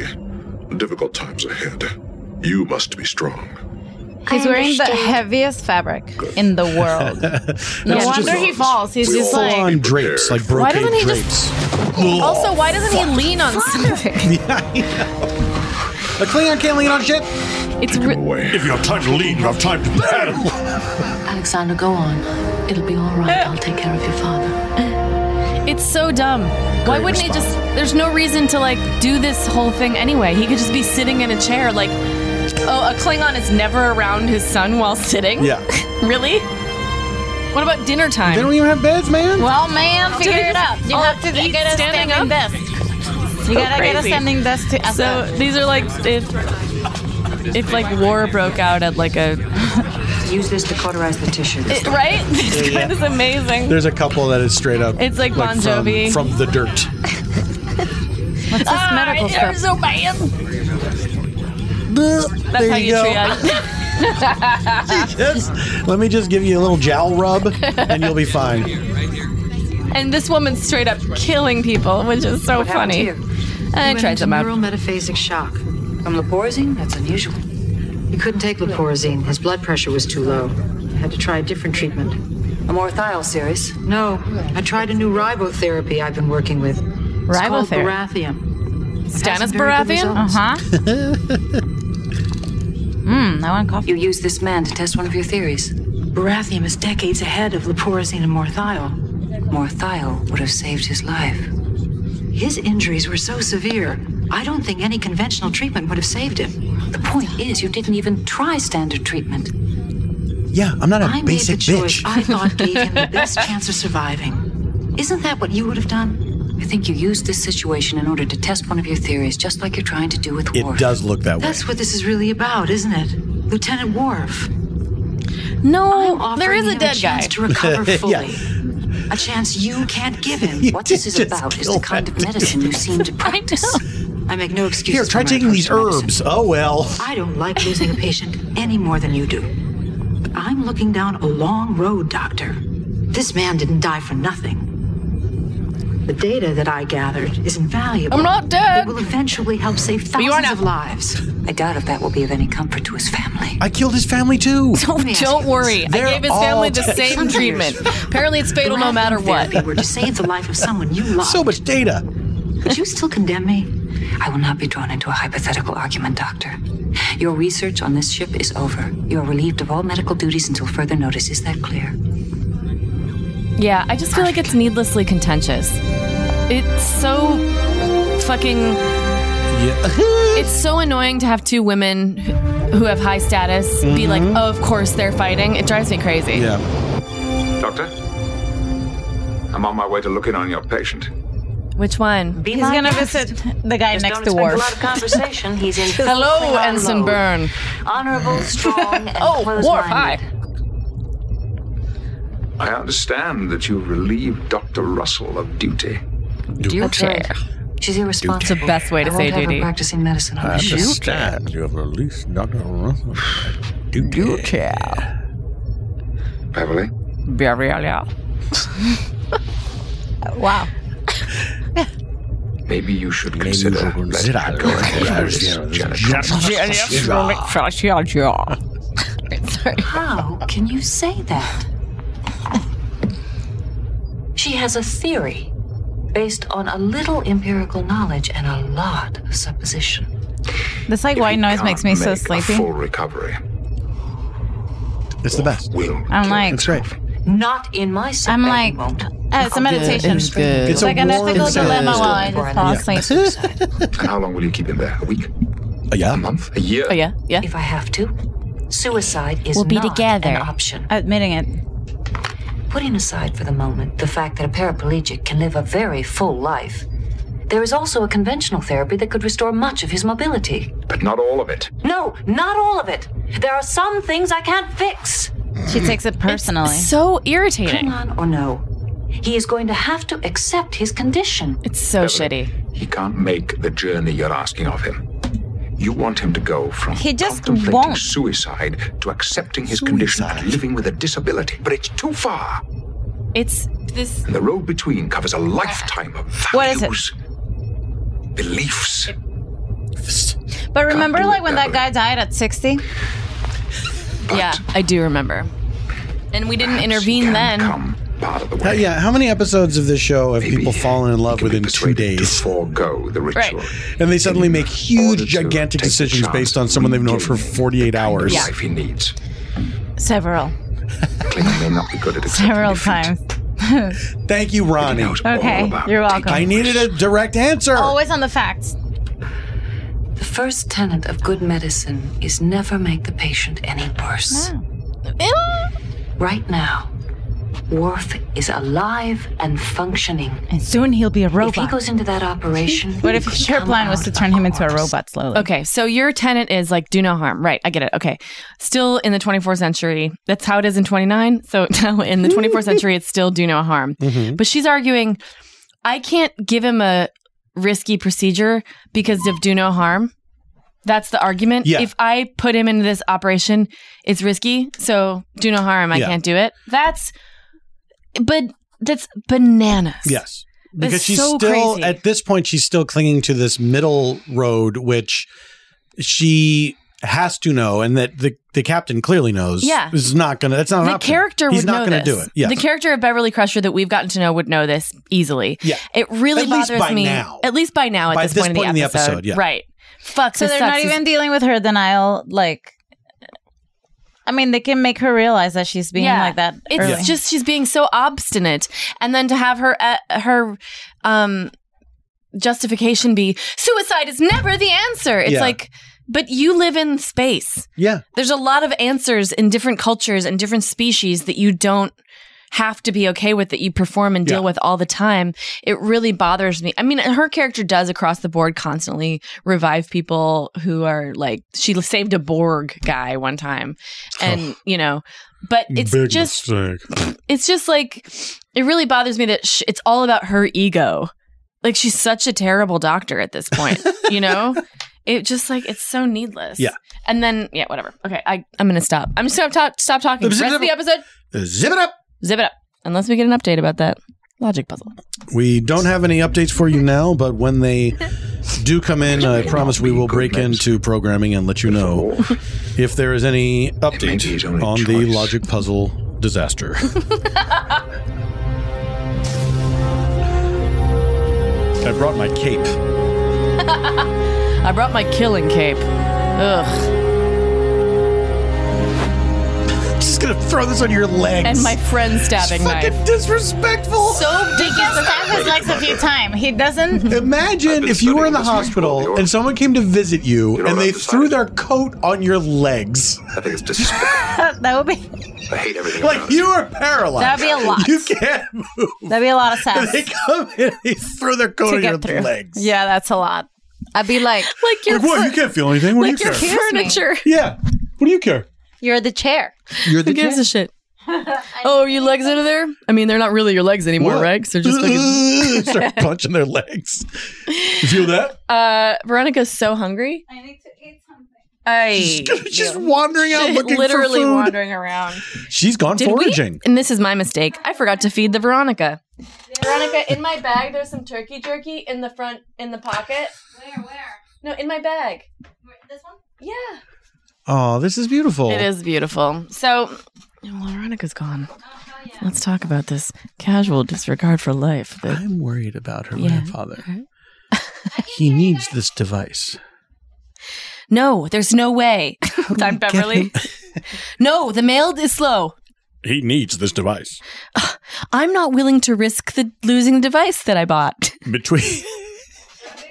difficult times ahead. You must be strong.
He's wearing the heaviest fabric in the world. No
That's
wonder
just
he falls. He's just
full
like.
on drapes, like
Why
brocade
doesn't he
drapes.
just?
Ugh.
Also, why doesn't he lean on something?
A Klingon can't lean on shit.
It's re-
If you have time to lean, you have time to battle.
Alexander, go on. It'll be all right. I'll take care of your father.
it's so dumb. Why
Great
wouldn't he just? There's no reason to like do this whole thing anyway. He could just be sitting in a chair. Like, oh, a Klingon is never around his son while sitting.
Yeah.
really? What about dinner time?
They don't even have beds, man.
Well, man, figure it out. You
All
have to
eat
get a
standing
standing, desk. You gotta get a standing desk to.
So these are like if if like war broke out at like a
Use this to cauterize the tissue.
It- right? This
Yeah, yeah.
guy is amazing.
There's a couple that is straight up.
It's like Bon
from-
Jovi.
from, the dirt.
What's this
Ah,
medical
They're
stuff?
so bad.
That's
how you,
go.
triage.
Yes. Let me just give you a little jowl rub, and you'll be fine.
and this woman's straight up killing people, which is so
What happened
funny.
to you?
I
You went
tried
into
them out.
Neural metaphasic shock. From leporazine? That's unusual. He couldn't take leporazine. His blood pressure was too low. Had to try a different treatment. A more thiol series? No. I tried a new ribotherapy I've been working with. It's called
Ribotherapy.
Baratheon.
Stannis
Hasn't very good
Baratheon?
results.
Uh-huh. Hmm,
Mm, I want coffee.
You used this man to test one of your theories. Baratheon is decades ahead of leporazine and morthiol. Morthiol would have saved his life. His injuries were so severe, I don't think any conventional treatment would have saved him. The point is, you didn't even try standard treatment.
Yeah, I'm not a
I made the
basic
choice
bitch.
I thought gave him the best chance of surviving. Isn't that what you would have done?
I think you used this situation in order to test one of your theories, just like you're trying to do with
It does look that way.
That's what this is really about, isn't it? Lieutenant Worf.
No,
there is a dead
guy.
chance to recover
Yeah.
fully. A chance you can't give him. What this is
just
about is
kill
the kind
that
of medicine you seem to practice. I, make no excuses.
Here, try
for my
taking these
personal medicine.
herbs. Oh well.
I don't like losing a patient any more than you do. But I'm looking down a long road, Doctor. This man didn't die for nothing. The data that I gathered is invaluable.
I'm not
It
dead.
will eventually help save
But you are
thousands of lives. I doubt if that will be of any comfort to his family.
I killed his family too.
Let me ask
Don't
you
worry.
this.
I gave his
They're
family
all
the
dead.
same
Some
treatment.
years.
Apparently, it's fatal no
Rather
matter
than
what.
therapy Were to save the life of someone you love.
So much data.
Could you still condemn me?
I will not be drawn into a hypothetical argument, Doctor. Your research on this ship is over. You are relieved of all medical duties until further notice. Is that clear?
Yeah, I just feel like it's needlessly contentious. It's so fucking. it's so annoying to have two women who who have high status be like,
Mhm.
oh, of course they're fighting. It drives me crazy.
Yeah.
Doctor? I'm on my way to look in on your patient.
Which one?
He's gonna visit the guy next to Worf.
a lot of conversation. He's in.
Hello, Ensign Byrne.
Honorable, strong, and
Oh, Worf, hi.
I understand that you relieved Dr. Russell of duty.
Duty. She's irresponsible.
It's the best way to
I won't
say
have her
duty.
practicing medicine on the ship.
You have released Dr. Russell. Duty.
Beverly?
Beverly, yeah.
Wow.
Maybe you should consider letting her go ahead as
Jennifer.
How
Oh,
can you say that?
She has a theory based on a little empirical knowledge and a lot of supposition.
This like white noise makes me so sleepy.
Full recovery.
It's the best.
I'm like,
That's right.
Not in my sleep.
I'm like, uh, it's a meditation.
It's good.
like an ethical dilemma while I just fall
Yeah.
asleep.
And how long will you keep him there? A week?
A year? A
month? A year?
Oh, yeah, yeah.
If I have to, suicide is
We'll be
not
together.
an option.
Admitting it.
Putting aside for the moment the fact that a paraplegic can live a very full life, there is also a conventional therapy that could restore much of his mobility.
But not all of it.
No, not all of it. There are some things I can't fix.
She takes it personally.
so irritating.
Klingon or no, he is going to have to accept his condition.
It's so shitty.
He can't make the journey you're asking of him. You want him to go from
He just
contemplating
won't.
suicide to accepting his condition and living with a disability. But it's too far.
It's this.
And the road between covers a lifetime of
What is it?
beliefs.
But remember, like when that guy died at sixty.
Yeah, I do remember. And we didn't intervene then.
How- yeah. How many episodes of this show have people fallen in love within two days?
Forego the
Right.
ritual.
And they suddenly make huge, gigantic decisions based on someone they've known for 48 hours.
Life he needs.
Several.
Klingon may not be good at accepting
Several times.
Thank you, Ronnie.
okay, you're welcome.
I needed a direct answer.
Oh,
Always on the facts.
The first tenet of good medicine is never make the patient any worse. Right now, Worf is alive and functioning.
And soon he'll be a
If he
robot.
goes into that operation,
what if your plan was to turn him into a robot slowly?
Okay, so your tenant is like do no harm. Right, I get it. Okay. Still in the 24th century. That's how it is in 29. So now in the 24th century it's still do no harm.
Mm-hmm.
Mhm.
But she's arguing I can't give him a risky procedure because of do no harm. That's the argument.
Yeah.
If I put him into this operation, it's risky. So do no harm. I
Yeah.
can't do it. That's but that's bananas.
Yes.
That's
Because she's
so
still
crazy.
at this point she's still clinging to this middle road which she has to know and that the, the captain clearly knows
Yeah.
is not gonna that's not an
the
option.
character
He's
would
not
know
gonna
this.
do it. Yes.
The character of Beverly Crusher that we've gotten to know would know this easily.
Yeah.
It really
At least
bothers
by
me.
now.
At least by now, at
By
this, point, in the episode.
yeah.
Right. Fuck.
So
this
they're
sucks.
not
This-
even dealing with her denial. Like, I mean, they can make her realize that she's being
Yeah.
like that.
It's
early.
just she's being so obstinate, and then to have her uh, her um justification be suicide is never the answer. It's
Yeah.
like, but you live in space.
Yeah.
There's a lot of answers in different cultures and different species that you don't have to be okay with that you perform and deal
Yeah.
with all the time. It really bothers me. I mean, her character does across the board constantly revive people who are like she saved a Borg guy one time and, you know, but it's
Big
just
mistake.
it's just like it really bothers me that sh- it's all about her ego. Like she's such a terrible doctor at this point, you know? It just like it's so needless.
Yeah.
And then yeah, whatever. Okay, I I'm gonna stop. I'm just gonna stop stop
Zip
talking.
it
Rest
up.
of the episode.
Zip it up.
Zip it up. Unless we get an update about that logic puzzle.
We don't have any updates for you now, but when they do come in, I promise we will break into programming and let you know if there is any update on the logic puzzle disaster. I brought my cape.
I brought my killing cape. Ugh.
Just gonna throw this on your legs.
And my friend stabbing
fucking
knife.
disrespectful.
So
He gets stabbed his legs a few times. He doesn't.
Imagine if you were in the hospital and someone came to visit you, and they threw their coat on your legs.
I think it's despicable.
that would be
I hate everything about
Like you are paralyzed.
That'd be a lot.
You can't move.
that'd be a lot of sass.
They come in, they throw their coat
to
on your
get through.
legs.
Yeah, that's a lot. I'd be like,
like
Like what? You can't feel anything. What do you care?
furniture.
Yeah. What do you care?
You're the chair.
You're the
Who gives
chair.
a shit? oh, are your legs out of there? I mean, they're not really your legs anymore,
What?
right? So just fucking
Start punching their legs. You feel that?
Uh, Veronica's so hungry. I need to eat something. I
she's wandering out looking for
literally
food.
wandering around.
She's gone
Did we?
foraging.
And this is my mistake. I forgot to feed the Veronica. Veronica, in my bag, there's some turkey jerky in the front, in the pocket. Where? Where? No, in my bag. This one? Yeah.
Oh, this is beautiful.
It is beautiful. So, well, Veronica's gone. Let's talk about this casual disregard for life. that-
I'm worried about her
Yeah.
grandfather. he needs this device.
No, there's no way. Don Beverly. no, the mail is slow.
He needs this device.
I'm not willing to risk the losing the device that I bought.
Between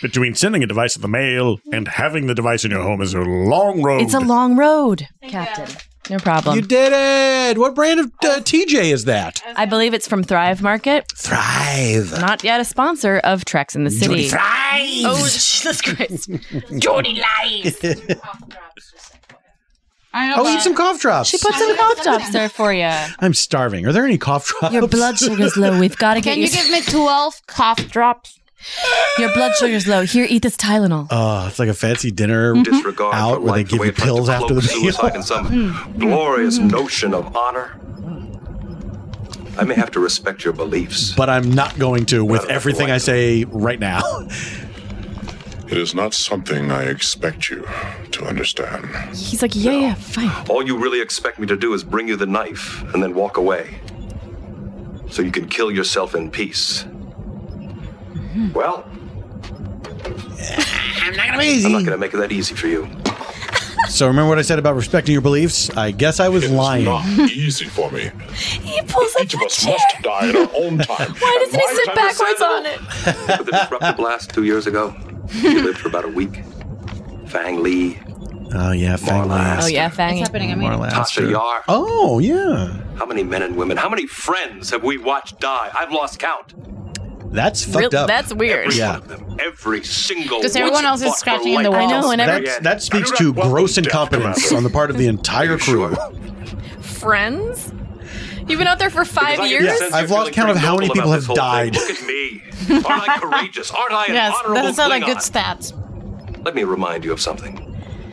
between sending a device in the mail and having the device in your home is a long road.
It's a long road, Captain. No problem.
You did it. What brand of uh, TJ is that?
I believe it's from Thrive Market.
Thrive.
Not yet a sponsor of Treks in the
Jody
City.
Thrives.
Oh, Jesus Christ.
Jody
lies.
I
Oh, eat some cough drops.
She put some cough drops there for you.
I'm starving. Are there any cough drops?
Your blood sugar's low. We've got to get
Can you give me 12 cough drops?
Your blood sugar's low. Here, eat this Tylenol.
Oh, it's like a fancy dinner
Mm-hmm.
Disregard
out where they give you pills after the meal.
suicide and some
Hmm.
glorious notion of honor. I may have to respect your beliefs.
But I'm not going to with everything I say right now.
It is not something I expect you to understand.
He's like, yeah, yeah, fine.
All you really expect me to do is bring you the knife and then walk away. So you can kill yourself in peace. Well,
I'm not gonna be easy.
I'm not gonna make it that easy for you.
So remember what I said about respecting your beliefs? I guess I was lying.
Not easy for me.
He pulls up
Each of us must die in our own time.
Why doesn't he sit backwards on it?
With the disruptor blast two years ago, you lived for about a week. Fang Lee,
Oh yeah, Fang Lang.
Oh yeah, Fang. It's happening.
Marla Astor.
Tasha Yar.
Oh yeah,
How many men and women, how many friends have we watched die? I've lost count.
that's fucked
Real-
up.
that's weird.
Every
Yeah.
one of them. Every single
Just
one.
everyone
She
else is
fought her
scratching in
life
the
off.
wall. I know, and every-
That's, that speaks to gross incompetence on the part of the entire crew.
Friends? You've been out there for five
Because I can
years?
sense you're
I've lost
feeling
count of
pretty
how many
noble
people
about
have died.
this whole thing. Look at me. Aren't I courageous? Aren't I an
Yes,
honorable
that sounds like
Klingon?
good stats.
Let me remind you of something.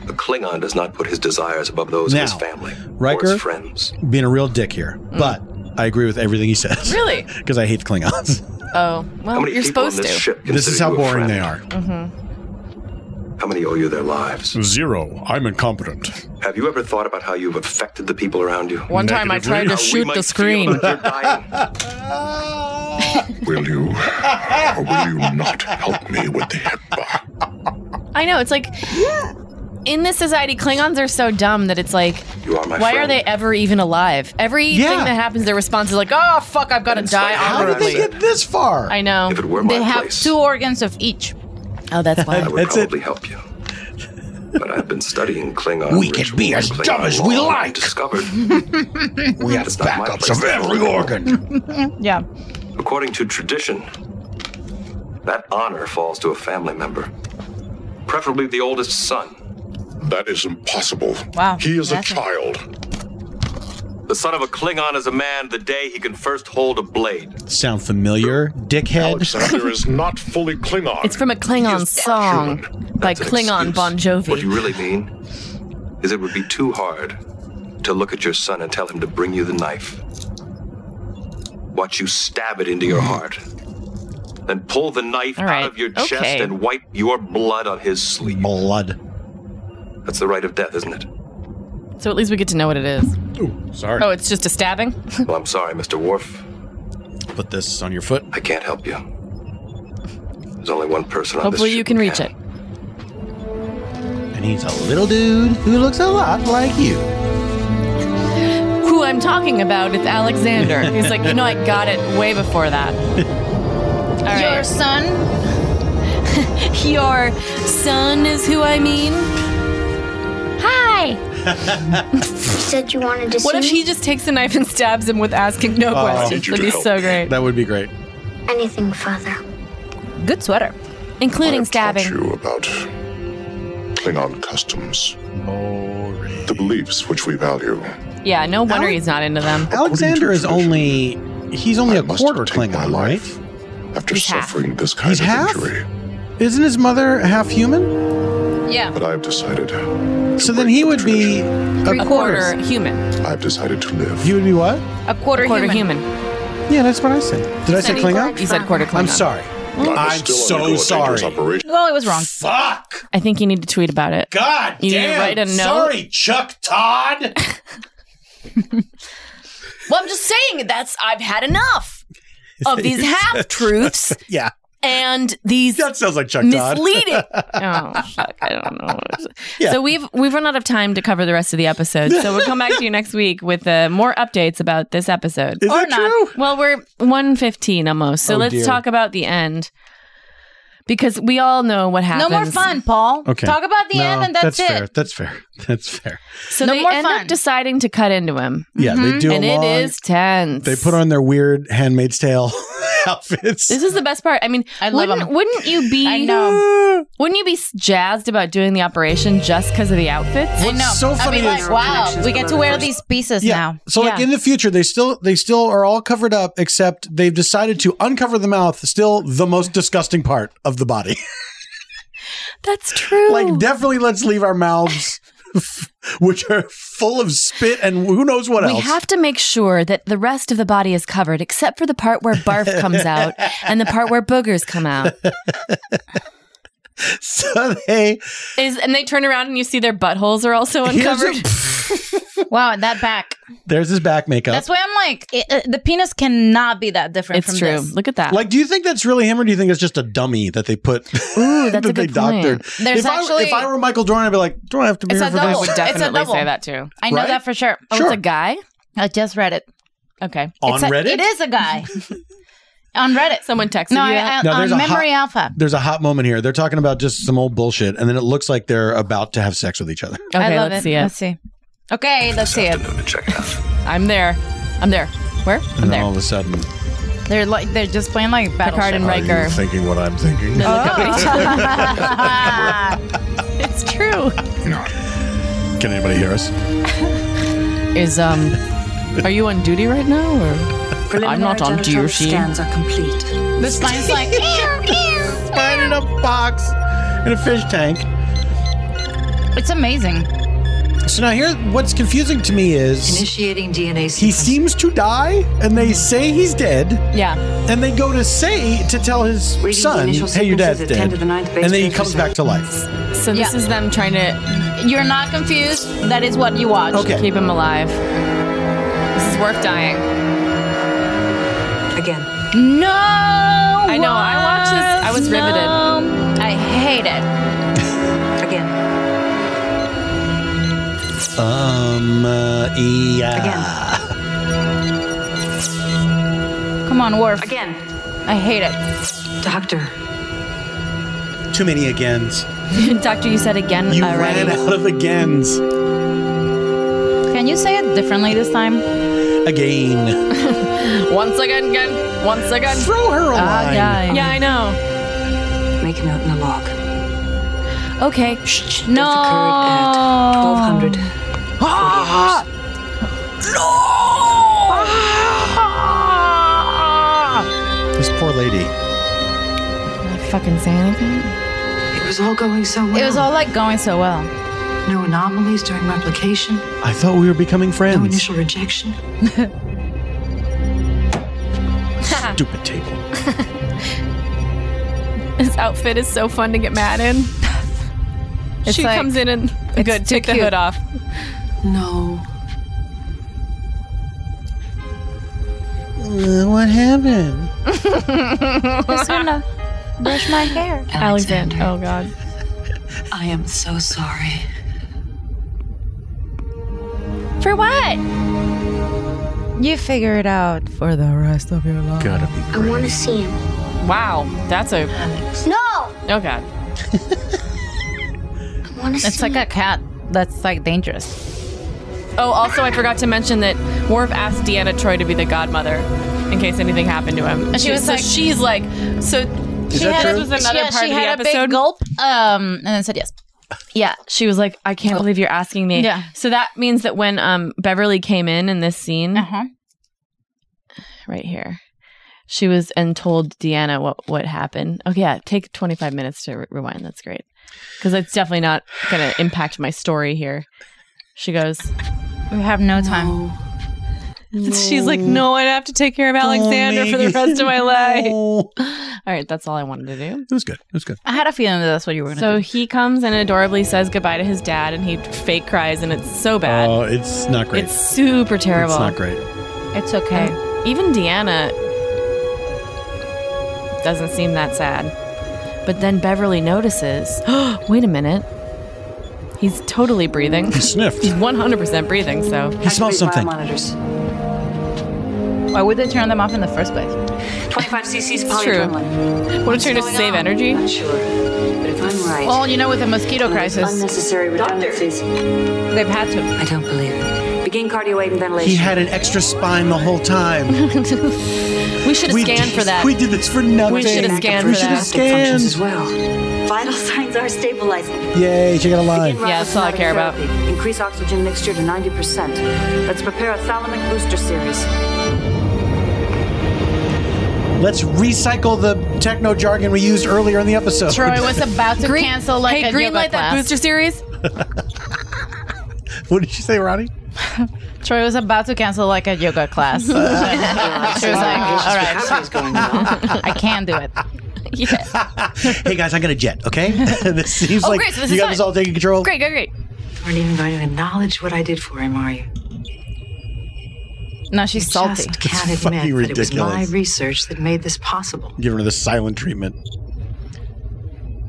A Klingon does not put his desires above those of his
Now,
family or
Riker
his friends.
being a real dick here, but I agree with everything he says.
Really?
Because I hate Klingons.
Oh, well, you're supposed to.
This is how boring they are.
Mm-hmm.
How many owe you their lives?
Zero. I'm incompetent.
Have you ever thought about how you've affected the people around you?
One time I tried
How
to
we
shoot
might
the screen.
Will you or will you not help me with the
I know. It's like in this society, Klingons are so dumb that it's like,
You are my
why
friend.
are they ever even alive? Everything
Yeah.
that happens, their response is like, oh fuck, I've got to die
How did
honorably.
they
get this far?
I know.
If it were my
They have
place,
two organs of each.
Oh, that's
I would probably help you. But I've been studying Klingon.
We can be
rituals,
as
Klingon
dumb as we
law, and
like.
Discovered
We have backups of every organ.
yeah.
According to tradition, that honor falls to a family member, preferably the oldest son.
That is impossible.
Wow.
He is a
That's-
child.
The son of a Klingon is a man the day he can first hold a blade.
Sound familiar,
Alexander
dickhead?
is not fully Klingon.
It's from a Klingon song by Klingon Bon
What
Jovi.
you really mean is it would be too hard to look at your son and tell him to bring you the knife. Watch you stab it into your heart. Then pull the knife
All right.
out of your chest
Okay.
and wipe your blood on his sleeve.
Blood.
That's the right of death, isn't it?
So at least we get to know what it is.
Sorry.
Oh, it's just a stabbing?
Well, I'm sorry, Mr. Worf.
Put this on your foot.
I can't help you. There's only one person on
Hopefully
this
you can reach it.
And he's a little dude who looks a lot like you.
Who I'm talking about is Alexander. He's like, you know, I got it way before that.
Your son?
Your son is who I mean. Hi.
said you wanted to
What
see
if he just takes the knife and stabs him with asking no
Oh.
questions? That'd be so great.
That would be great.
anything, Father.
Good sweater, including stabbing.
You about Klingon customs. The beliefs which we value.
Yeah, no wonder he's not into them.
Alexander is only he's only a quarter Klingon, right?
After
He's half.
suffering this kind
He's
of
half?
injury,
Isn't his mother half human?
Yeah.
but I have decided.
So then he would be
A
a
quarter
quarter.
human.
I've decided to live.
He would be what?
A quarter, human.
Yeah, that's what I said. Did I say Klingon?
You said quarter Klingon.
I'm sorry. I'm so sorry.
Well, it was wrong.
Fuck!
I think you need to tweet about it.
God
You need to write a note.
Chuck Todd.
Well, I'm just saying that's I've had enough of these half truths
yeah.
and these
That sounds like Chuck Todd.
misleading. oh, fuck, I don't know. So we've we've run out of time to cover the rest of the episode. So we'll come back to you next week with uh, more updates about this episode.
Is
or
that
not. Well, we're 115 almost. So
Oh,
let's
dear.
talk about the end. Because we all know what happens.
No more fun, Paul.
Okay.
Talk about the
No,
end and that's,
fair.
it.
That's fair. That's fair.
So they end up deciding to cut into him.
Yeah, they do a
Mm-hmm. And
long-
it is tense.
They put on their weird Handmaid's Tale outfits.
This is the best part. I mean, wouldn't, wouldn't you be? I
know.
Wouldn't you be s- jazzed about doing the operation just because of the outfits?
I know. I'd be like, wow, we get to wear these pieces now.
So like in the future, they still they still are all covered up, except they've decided to uncover the mouth, still the most disgusting part of the body.
That's true.
like definitely, let's leave our mouths, which are full of spit and who knows what
we
else.
have to make sure that the rest of the body is covered, except for the part where barf comes out and the part where boogers come out.
so they
Is and they turn around and you see their buttholes are also
Here's a-
uncovered.
wow, that back.
there's his back makeup.
That's why I'm like, it, uh, the penis cannot be that different
It's
from
true.
this.
Look at that.
Like, do you think that's really him, or do you think it's just a dummy that they put? Ooh,
that's a
they
good point.
There's
if, I,
actually-
if I were Michael Dorn, I'd be like, "Don't have to be
It's
here
a
Oh,
for
double.
this."
It's a double.
too.
I know
Right?
that for sure.
Oh, it's Sure. a
guy?
I just read it.
Okay.
On
It's a-
Reddit?
It is a guy. on Reddit.
Someone texted
No,
you.
I,
that?
I, on Memory
hot,
Alpha.
There's a hot moment here. They're talking about just some old bullshit, and then it looks like they're about to have sex with each other.
I love it. Let's see. Okay, let's see it.
Check it out.
I'm there. I'm there. Where?
And then all of a sudden,
They're like they're just playing like Battleship.
Are you thinking what I'm thinking?
They look at each
Oh. it's true.
Can anybody hear us?
Is um, are you on duty right now? Or I'm not on
genital
duty.
scans are complete.
The spine's like
spine in a box in a fish tank.
It's amazing.
So now here, what's confusing to me is
Initiating DNA
He seems to die, and they say he's dead.
Yeah.
And they go to say to tell his
Reading the
son,
initial
"Hey, your dad's
sequences at 10
dead,"
to the ninth base
and then he comes back to life.
So this is them trying to.
You're not confused. That is what you watch.
Okay.
Keep him alive. This is worth dying.
Again.
No. I
know, I watched this- I was riveted.
I hate it.
Again.
Um. Uh, yeah.
Come on, Worf.
Again.
I hate it.
Doctor.
Too many agains.
Doctor, you said again
You
already.
ran out of agains.
Can you say it differently this time?
Again.
Once again, again. Once again.
Throw her a line.
Ah, yeah. yeah, I know.
Make a note in the log.
Okay.
No.
Occurred at 1200.
Ah! Oh!
This poor lady.
I fucking say anything.
It was all going so well.
It was all like going so well.
No anomalies during replication.
I thought we were becoming
No
friends.
initial rejection.
Stupid table.
This outfit is so fun to get mad in.
It's
she
like-
comes in and
it's
good.
too
Take the
cute.
hood off.
No.
Uh, what happened?
Just gonna brush my hair.
Alexander. Oh God.
I am so sorry.
For what? You figure it out for the rest of your life.
Gotta be.
I want to see him.
Wow. That's a.
No!
Oh God.
It's like a cat that's like dangerous.
Oh, also I forgot to mention that Worf asked Deanna Troy to be the godmother in case anything happened to him.
And she was
so
like-
she's like, so
she had
this was
a,
another
yeah,
part
she
of the
had a
episode.
big gulp, um, and then said yes.
Yeah, she was like, I can't believe you're asking me.
Yeah.
So that means that when um Beverly came in in this scene,
uh-huh.
right here, she was and told Deanna what what happened. Okay, yeah, take 25 minutes to re- rewind. That's great because it's definitely not going to impact my story here. She goes,
We have no time.
she's like, no, I have to take care of
Oh,
Alexander for the rest of my life. All right, that's all I wanted to do.
It was good. It was good.
I had a feeling that that's what you were gonna
So
do.
he comes and adorably says goodbye to his dad, and he fake cries, and it's so bad.
Oh, it's not great.
It's super terrible.
It's not great.
It's okay.
Even Deanna doesn't seem that sad. But then Beverly notices wait a minute. He's totally breathing.
He sniffed.
He's 100% breathing, so.
He smells something.
Monitors.
Why would they turn them off in the first place?
25 cc's
It's true.
polyadrenaline.
What a turn to
going
save
on?
energy.
Not sure, but if I'm right,
Well, you know, with the mosquito crisis,
unnecessary redundancies.
they've had to.
I don't believe it. Begin cardioid and ventilation.
He had an extra spine the whole time.
We should have scanned for that.
We did this for nothing.
We should have scanned
We
for
should have
that.
functions as
scanned.
well. Vital signs are stabilizing.
Yay, she got a line.
Begin
Yeah, that's all I
ribosynthetic
care about.
therapy. Increase oxygen mixture to 90%. Let's prepare a thalamic booster series.
Let's recycle the techno jargon we used earlier in the episode.
Troy was about to
Green-
cancel like
hey,
a yoga
greenlight that
class.
booster series.
what did you say, Ronnie?
Troy was about to cancel like a yoga class. she was like,
Ah.
"All right, I can do it."
hey guys, I'm gonna jet. Okay, this seems
Oh,
like
great, so this
you
is
got
fine.
this all taken control.
Great, great, great.
You aren't even going to acknowledge what I did for him, are you?
No, she's salty.
Just can't
It's
admit
fucking
that it was my
ridiculous.
research that made this possible.
Giving her the silent treatment.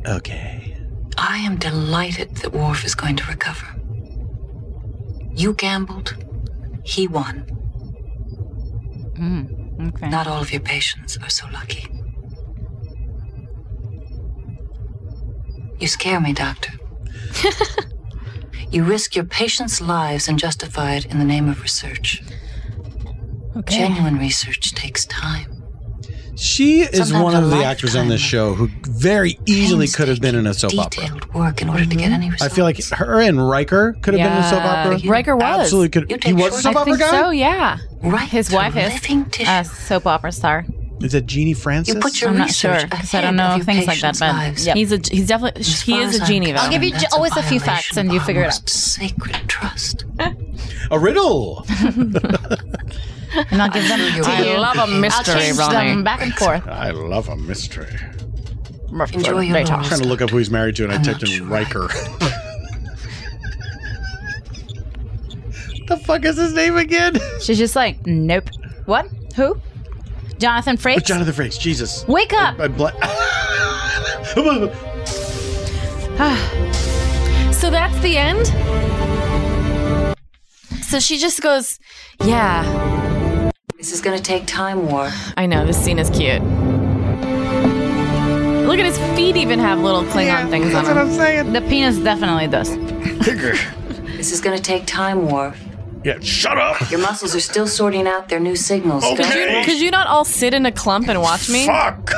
Okay.
I am delighted that Worf is going to recover. You gambled, he won.
Okay.
Not all of your patients are so lucky. You scare me, Doctor. you risk your patients' lives and justify it in the name of research.
Okay.
Genuine research takes time.
She is
Sometimes
one
a
of the
lifetime
actors on this show who very easily could have been in a soap opera.
Work in order to get any.
I feel like her and Riker could have been in a soap opera.
Riker was.
Absolutely could. He was a soap
I
opera
think
guy?
So yeah,
right.
His wife is a soap opera star.
Is that Jeannie Francis?
You put your I'm not research sure, 'cause I don't ahead know of your things like that, patients' but- lives. yep.
he's a he's definitely he is a genie.
I'll give you j- always a few facts and you figure it out.
Sacred trust.
A riddle.
And I'll give them
I'm sure
to
you
you.
will. I love a mystery,
I'll change
Ronnie.
them back and forth.
I love a mystery.
Enjoy your
I'm
laws.
trying to look up who he's married to, and I typed in Riker. the fuck is his name again?
She's just like, nope. What? Who? Jonathan Frakes.
Jonathan Frakes. Jesus.
Wake up!
I bla-
So that's the end. So she just goes, yeah.
This is gonna take time, War.
I know this scene is cute. Look at his feet even have little Klingon things on them.
saying. The penis definitely does.
This is gonna take time, War.
Yeah, shut up.
Your muscles are still sorting out their new signals.
Could you, could you not all sit in a clump and watch me?
Fuck!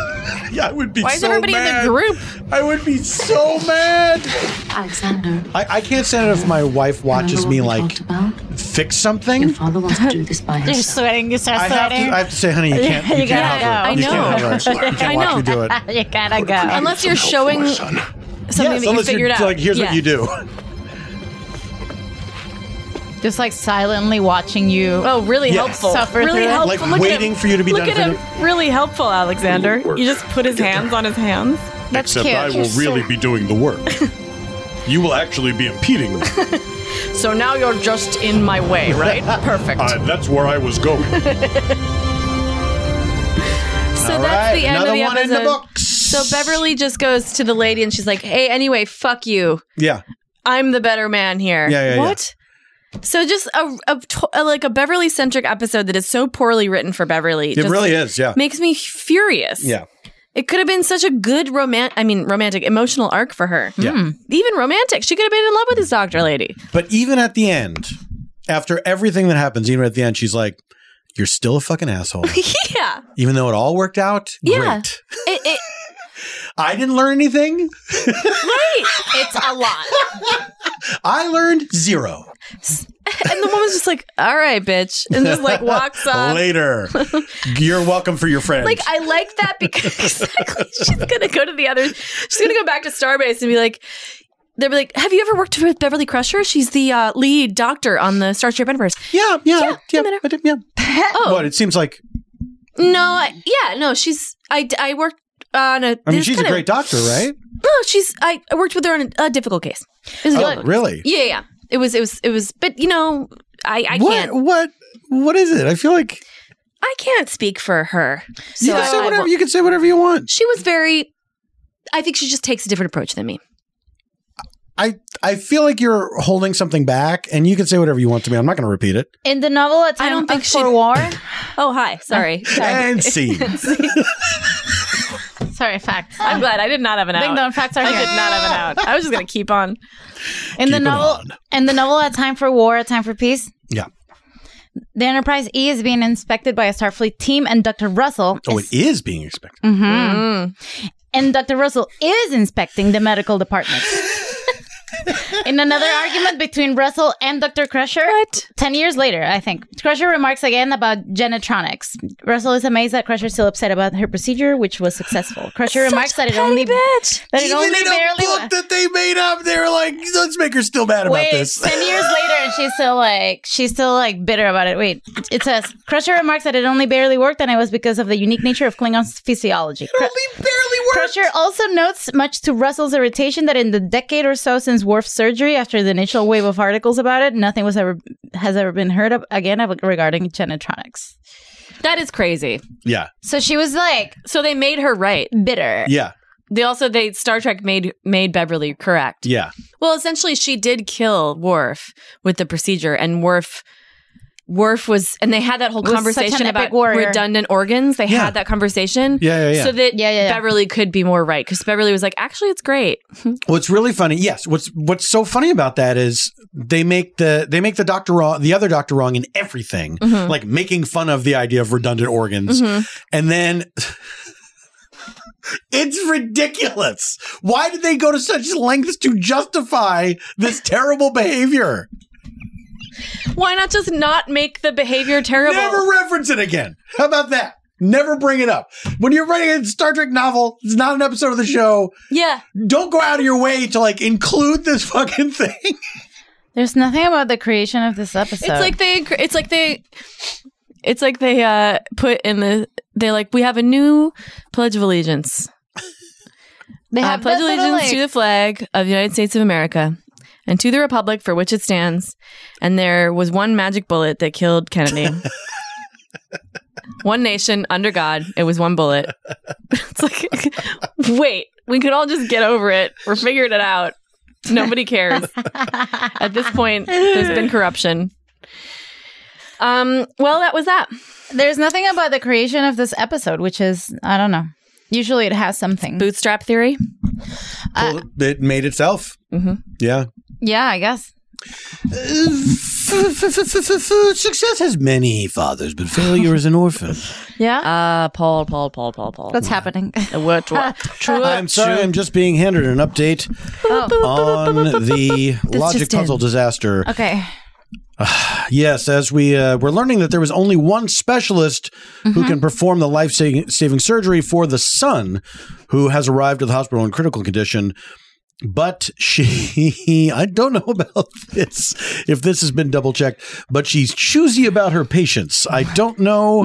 yeah, I would be
Why is
so
everybody
mad.
in the group?
I would be so mad.
Alexander.
I, I can't stand it if my wife watches me like fix something. Your
father wants to do this by
You're sweating. You start
I have, to,
sweating.
I have to say, honey, you can't. You,
You
can't
gotta
have
go. I know.
her. You can't have her. You
I
can't watch
know.
me do it.
you gotta go.
Unless you're showing something
Yes,
that you
unless you're
figured out.
Like, here's
Yeah.
what you do.
Just like silently watching you.
Oh, really helpful.
Suffer
really
through it.
helpful. Look at
waiting
him.
for you to be
Look
done
at
for
him. Really helpful, Alexander. You just put his hands on his hands.
Except I will really be doing the work. you will actually be impeding me.
So now you're just in my way, right? Perfect.
Uh, that's where I was going.
So
All right,
that's the end of
another
the
one in
episode.
the
So Beverly just goes to the lady and she's like, "Hey, anyway, fuck you.
Yeah.
I'm the better man here."
Yeah, yeah, yeah.
what? So just a, a to- a- like a Beverly centric episode that is so poorly written for Beverly.
It
just
really is, yeah.
Makes me furious.
Yeah.
It could have been such a good romantic, I mean, romantic, emotional arc for her.
Yeah. Hmm.
Even romantic. She could have been in love with this doctor lady.
But even at the end, after everything that happens, even at the end, she's like, "You're still a fucking asshole."
yeah.
even though it all worked out,
Yeah.
great.
It, it,
I didn't learn anything.
right.
It's a lot.
I learned zero.
And the woman's just like, all right, bitch. And just like walks off.
Later. You're welcome for your friend.
Uh, Like I like that because exactly she's gonna go to the other. She's gonna go back to Starbase and be like, they'll be like, "Have you ever worked with Beverly Crusher? She's the uh, lead doctor on the Starship Enterprise."
Yeah, yeah, yeah. I did, yeah.
oh
But it seems like
no, I- yeah, no. She's I I worked on a.
I mean,
this
she's a
kind of-
great doctor, right?
No, she's I, I worked with her on a, a difficult case. It was a
Oh,
difficult case.
really?
Yeah, yeah. It was it was it was. But you know, I I
what?
can't
What? What is it? I feel like
I can't speak for her.
you
I-
can say
I
whatever
won't-
you can say whatever you want.
She was very. I think she just takes a different approach than me.
I I feel like you're holding something back, and you can say whatever you want to me. I'm not going to repeat it.
In the novel, A Time I don't think for War.
Oh, hi. Sorry. Sorry.
And scene.
Sorry, facts.
I'm glad I did not have an out.
Ding dong, facts are
I
here.
did not have an out. I was just gonna keep on.
In the novel, in the novel, A Time for War, A Time for Peace,
Yeah.
the Enterprise E is being inspected by a Starfleet team, and Dr. Russell
Oh, it is being expected.
hmm And Dr. Russell is inspecting the medical department. In another argument between Russell and Dr. Crusher, 10 years later, I think, Crusher remarks again about genetronics. Russell is amazed that Crusher is still upset about her procedure, which was successful. Crusher
Such
remarks that it
petty
only
bitch.
that it
Even
only
in a
barely
book that they made up, they were like, "Let's make her still mad about
Wait,
this."
10 years later and she's still like she's still like bitter about it wait it says crusher remarks that it only barely worked and it was because of the unique nature of klingon's physiology Cru- crusher also notes much to russell's irritation that in the decade or so since Worf's surgery after the initial wave of articles about it nothing was ever has ever been heard of again of- regarding genetronics
That is crazy.
yeah,
so she was like
so they made her right
bitter
yeah,
They also they Star Trek made made Beverly correct.
yeah.
Well, essentially she did kill Worf with the procedure, and Worf Worf was, and they had that whole
Was such an
conversation
epic
about
warrior.
redundant organs. They
Yeah.
had that conversation,
Yeah, yeah, yeah.
so that
Yeah, yeah, yeah.
Beverly could be more right because Beverly was like, "Actually, it's great."
What's really funny, yes. What's what's so funny about that is they make the they make the doctor wrong, the other doctor wrong in everything,
Mhm.
like making fun of the idea of redundant organs,
Mhm.
and then it's ridiculous. Why did they go to such lengths to justify this terrible behavior?
Why not just not make the behavior terrible?
Never reference it again. How about that? Never bring it up. When you're writing a Star Trek novel, it's not an episode of the show.
Yeah.
Don't go out of your way to like include this fucking thing.
There's nothing about the creation of this episode.
It's like they. It's like they. It's like they uh, put in the. They're like, we have a new pledge of allegiance.
They
Uh,
have
pledge
that little,
allegiance
like-
to the flag of the United States of America and to the republic for which it stands. And there was one magic bullet that killed Kennedy. one nation under God. It was one bullet. it's like, wait, we could all just get over it. We're figuring it out. Nobody cares. At this point, there's been corruption. Um. Well, that was that.
There's nothing about the creation of this episode, which is I don't know. Usually, it has something.
Bootstrap theory.
Uh,
It made itself.
Mm-hmm.
Mhm.
Yeah.
Yeah, I guess.
Success has many fathers, but failure is an orphan.
Yeah.
Uh, Paul, Paul, Paul, Paul, Paul.
What's happening?
What? what true.
I'm sorry, I'm just being handed an update on the logic
Oh. just in.
puzzle disaster.
Okay.
Yes, as we uh, we're learning that there was only one specialist who
Mm-hmm.
Mhm.
can perform the life saving surgery for the son, who has arrived at the hospital in critical condition. But she, I don't know about this if this has been double checked, but she's choosy about her patients. I don't know.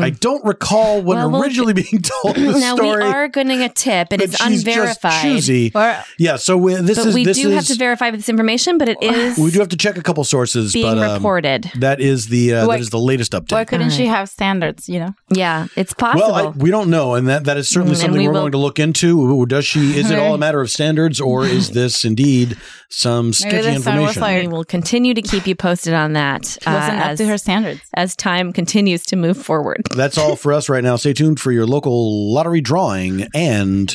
I don't recall when
Hmm. Well, we'll
originally being told the
now
story.
we are getting a tip. It
but
is
she's Just
unverified.
choosy. yeah, so we, this
but
is
we
this
do
is,
have to verify this information, but it is
we do have to check a couple sources
being
but, um,
reported.
That is the uh,
Why-
that is the latest update.
Why couldn't she have standards? You know.
Yeah, it's possible.
Well, I, we don't know, and that, that is certainly
Mm, and
something
we
we're
will-
going to look into. Does she? Is it all a matter of standards, or is this indeed some sketchy information?
we will continue to keep you posted on that. uh,
Wasn't up to her standards
as time continues to move forward.
That's all for us right now. Stay tuned for your local lottery drawing and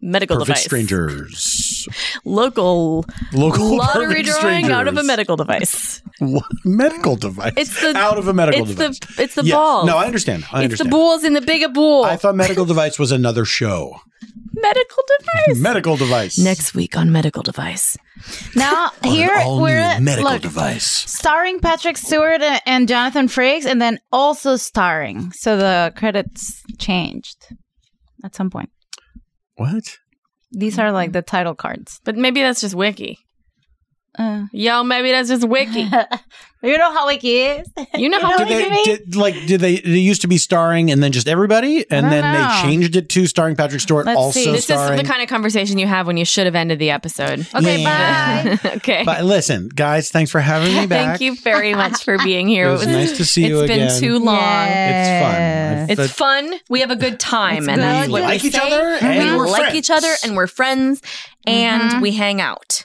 Medical
perfect
device,
strangers.
local
Local
lottery
perfect
drawing out of a
strangers.
medical device.
What medical device?
It's the
out of a medical
it's
device.
The, it's the
Yes.
balls.
No, I understand. I
it's the
understand.
balls in the bigger ball.
I thought medical device was another show.
medical device.
medical device.
Next week on medical device.
Now
On an
here
all-new
we're at-
medical
look,
device.
starring Patrick Stewart a- and Jonathan Frakes, and then also starring. So the credits changed at some point.
What?
These are like the title cards.
But maybe that's just wiki.
Uh,
Yo, maybe that's just wiki.
you know how wiki is.
You know how
Did
wiki
they
is.
did, like? Did they? It used to be starring, and then just everybody, and
don't
then
know.
they changed it to starring Patrick Stewart, also
This
starring.
is the kind of conversation you have when you should have ended the episode.
Okay, Yeah.
bye. okay.
But listen, guys, thanks for having me back.
Thank you very much for being here.
It was nice to see you
It's been
again.
too long.
It's fun. I've-
It's
I've-
fun. We have a good time,
It's
and
good.
that's
We
what
like
we
each
say.
other and
we
we're
like
friends. Mm-hmm.
each other, and we're friends, and we hang out.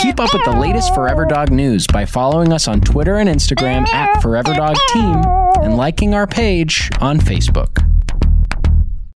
Keep up with the latest Forever Dog news by following us on Twitter and Instagram at Forever Dog Team and liking our page on Facebook.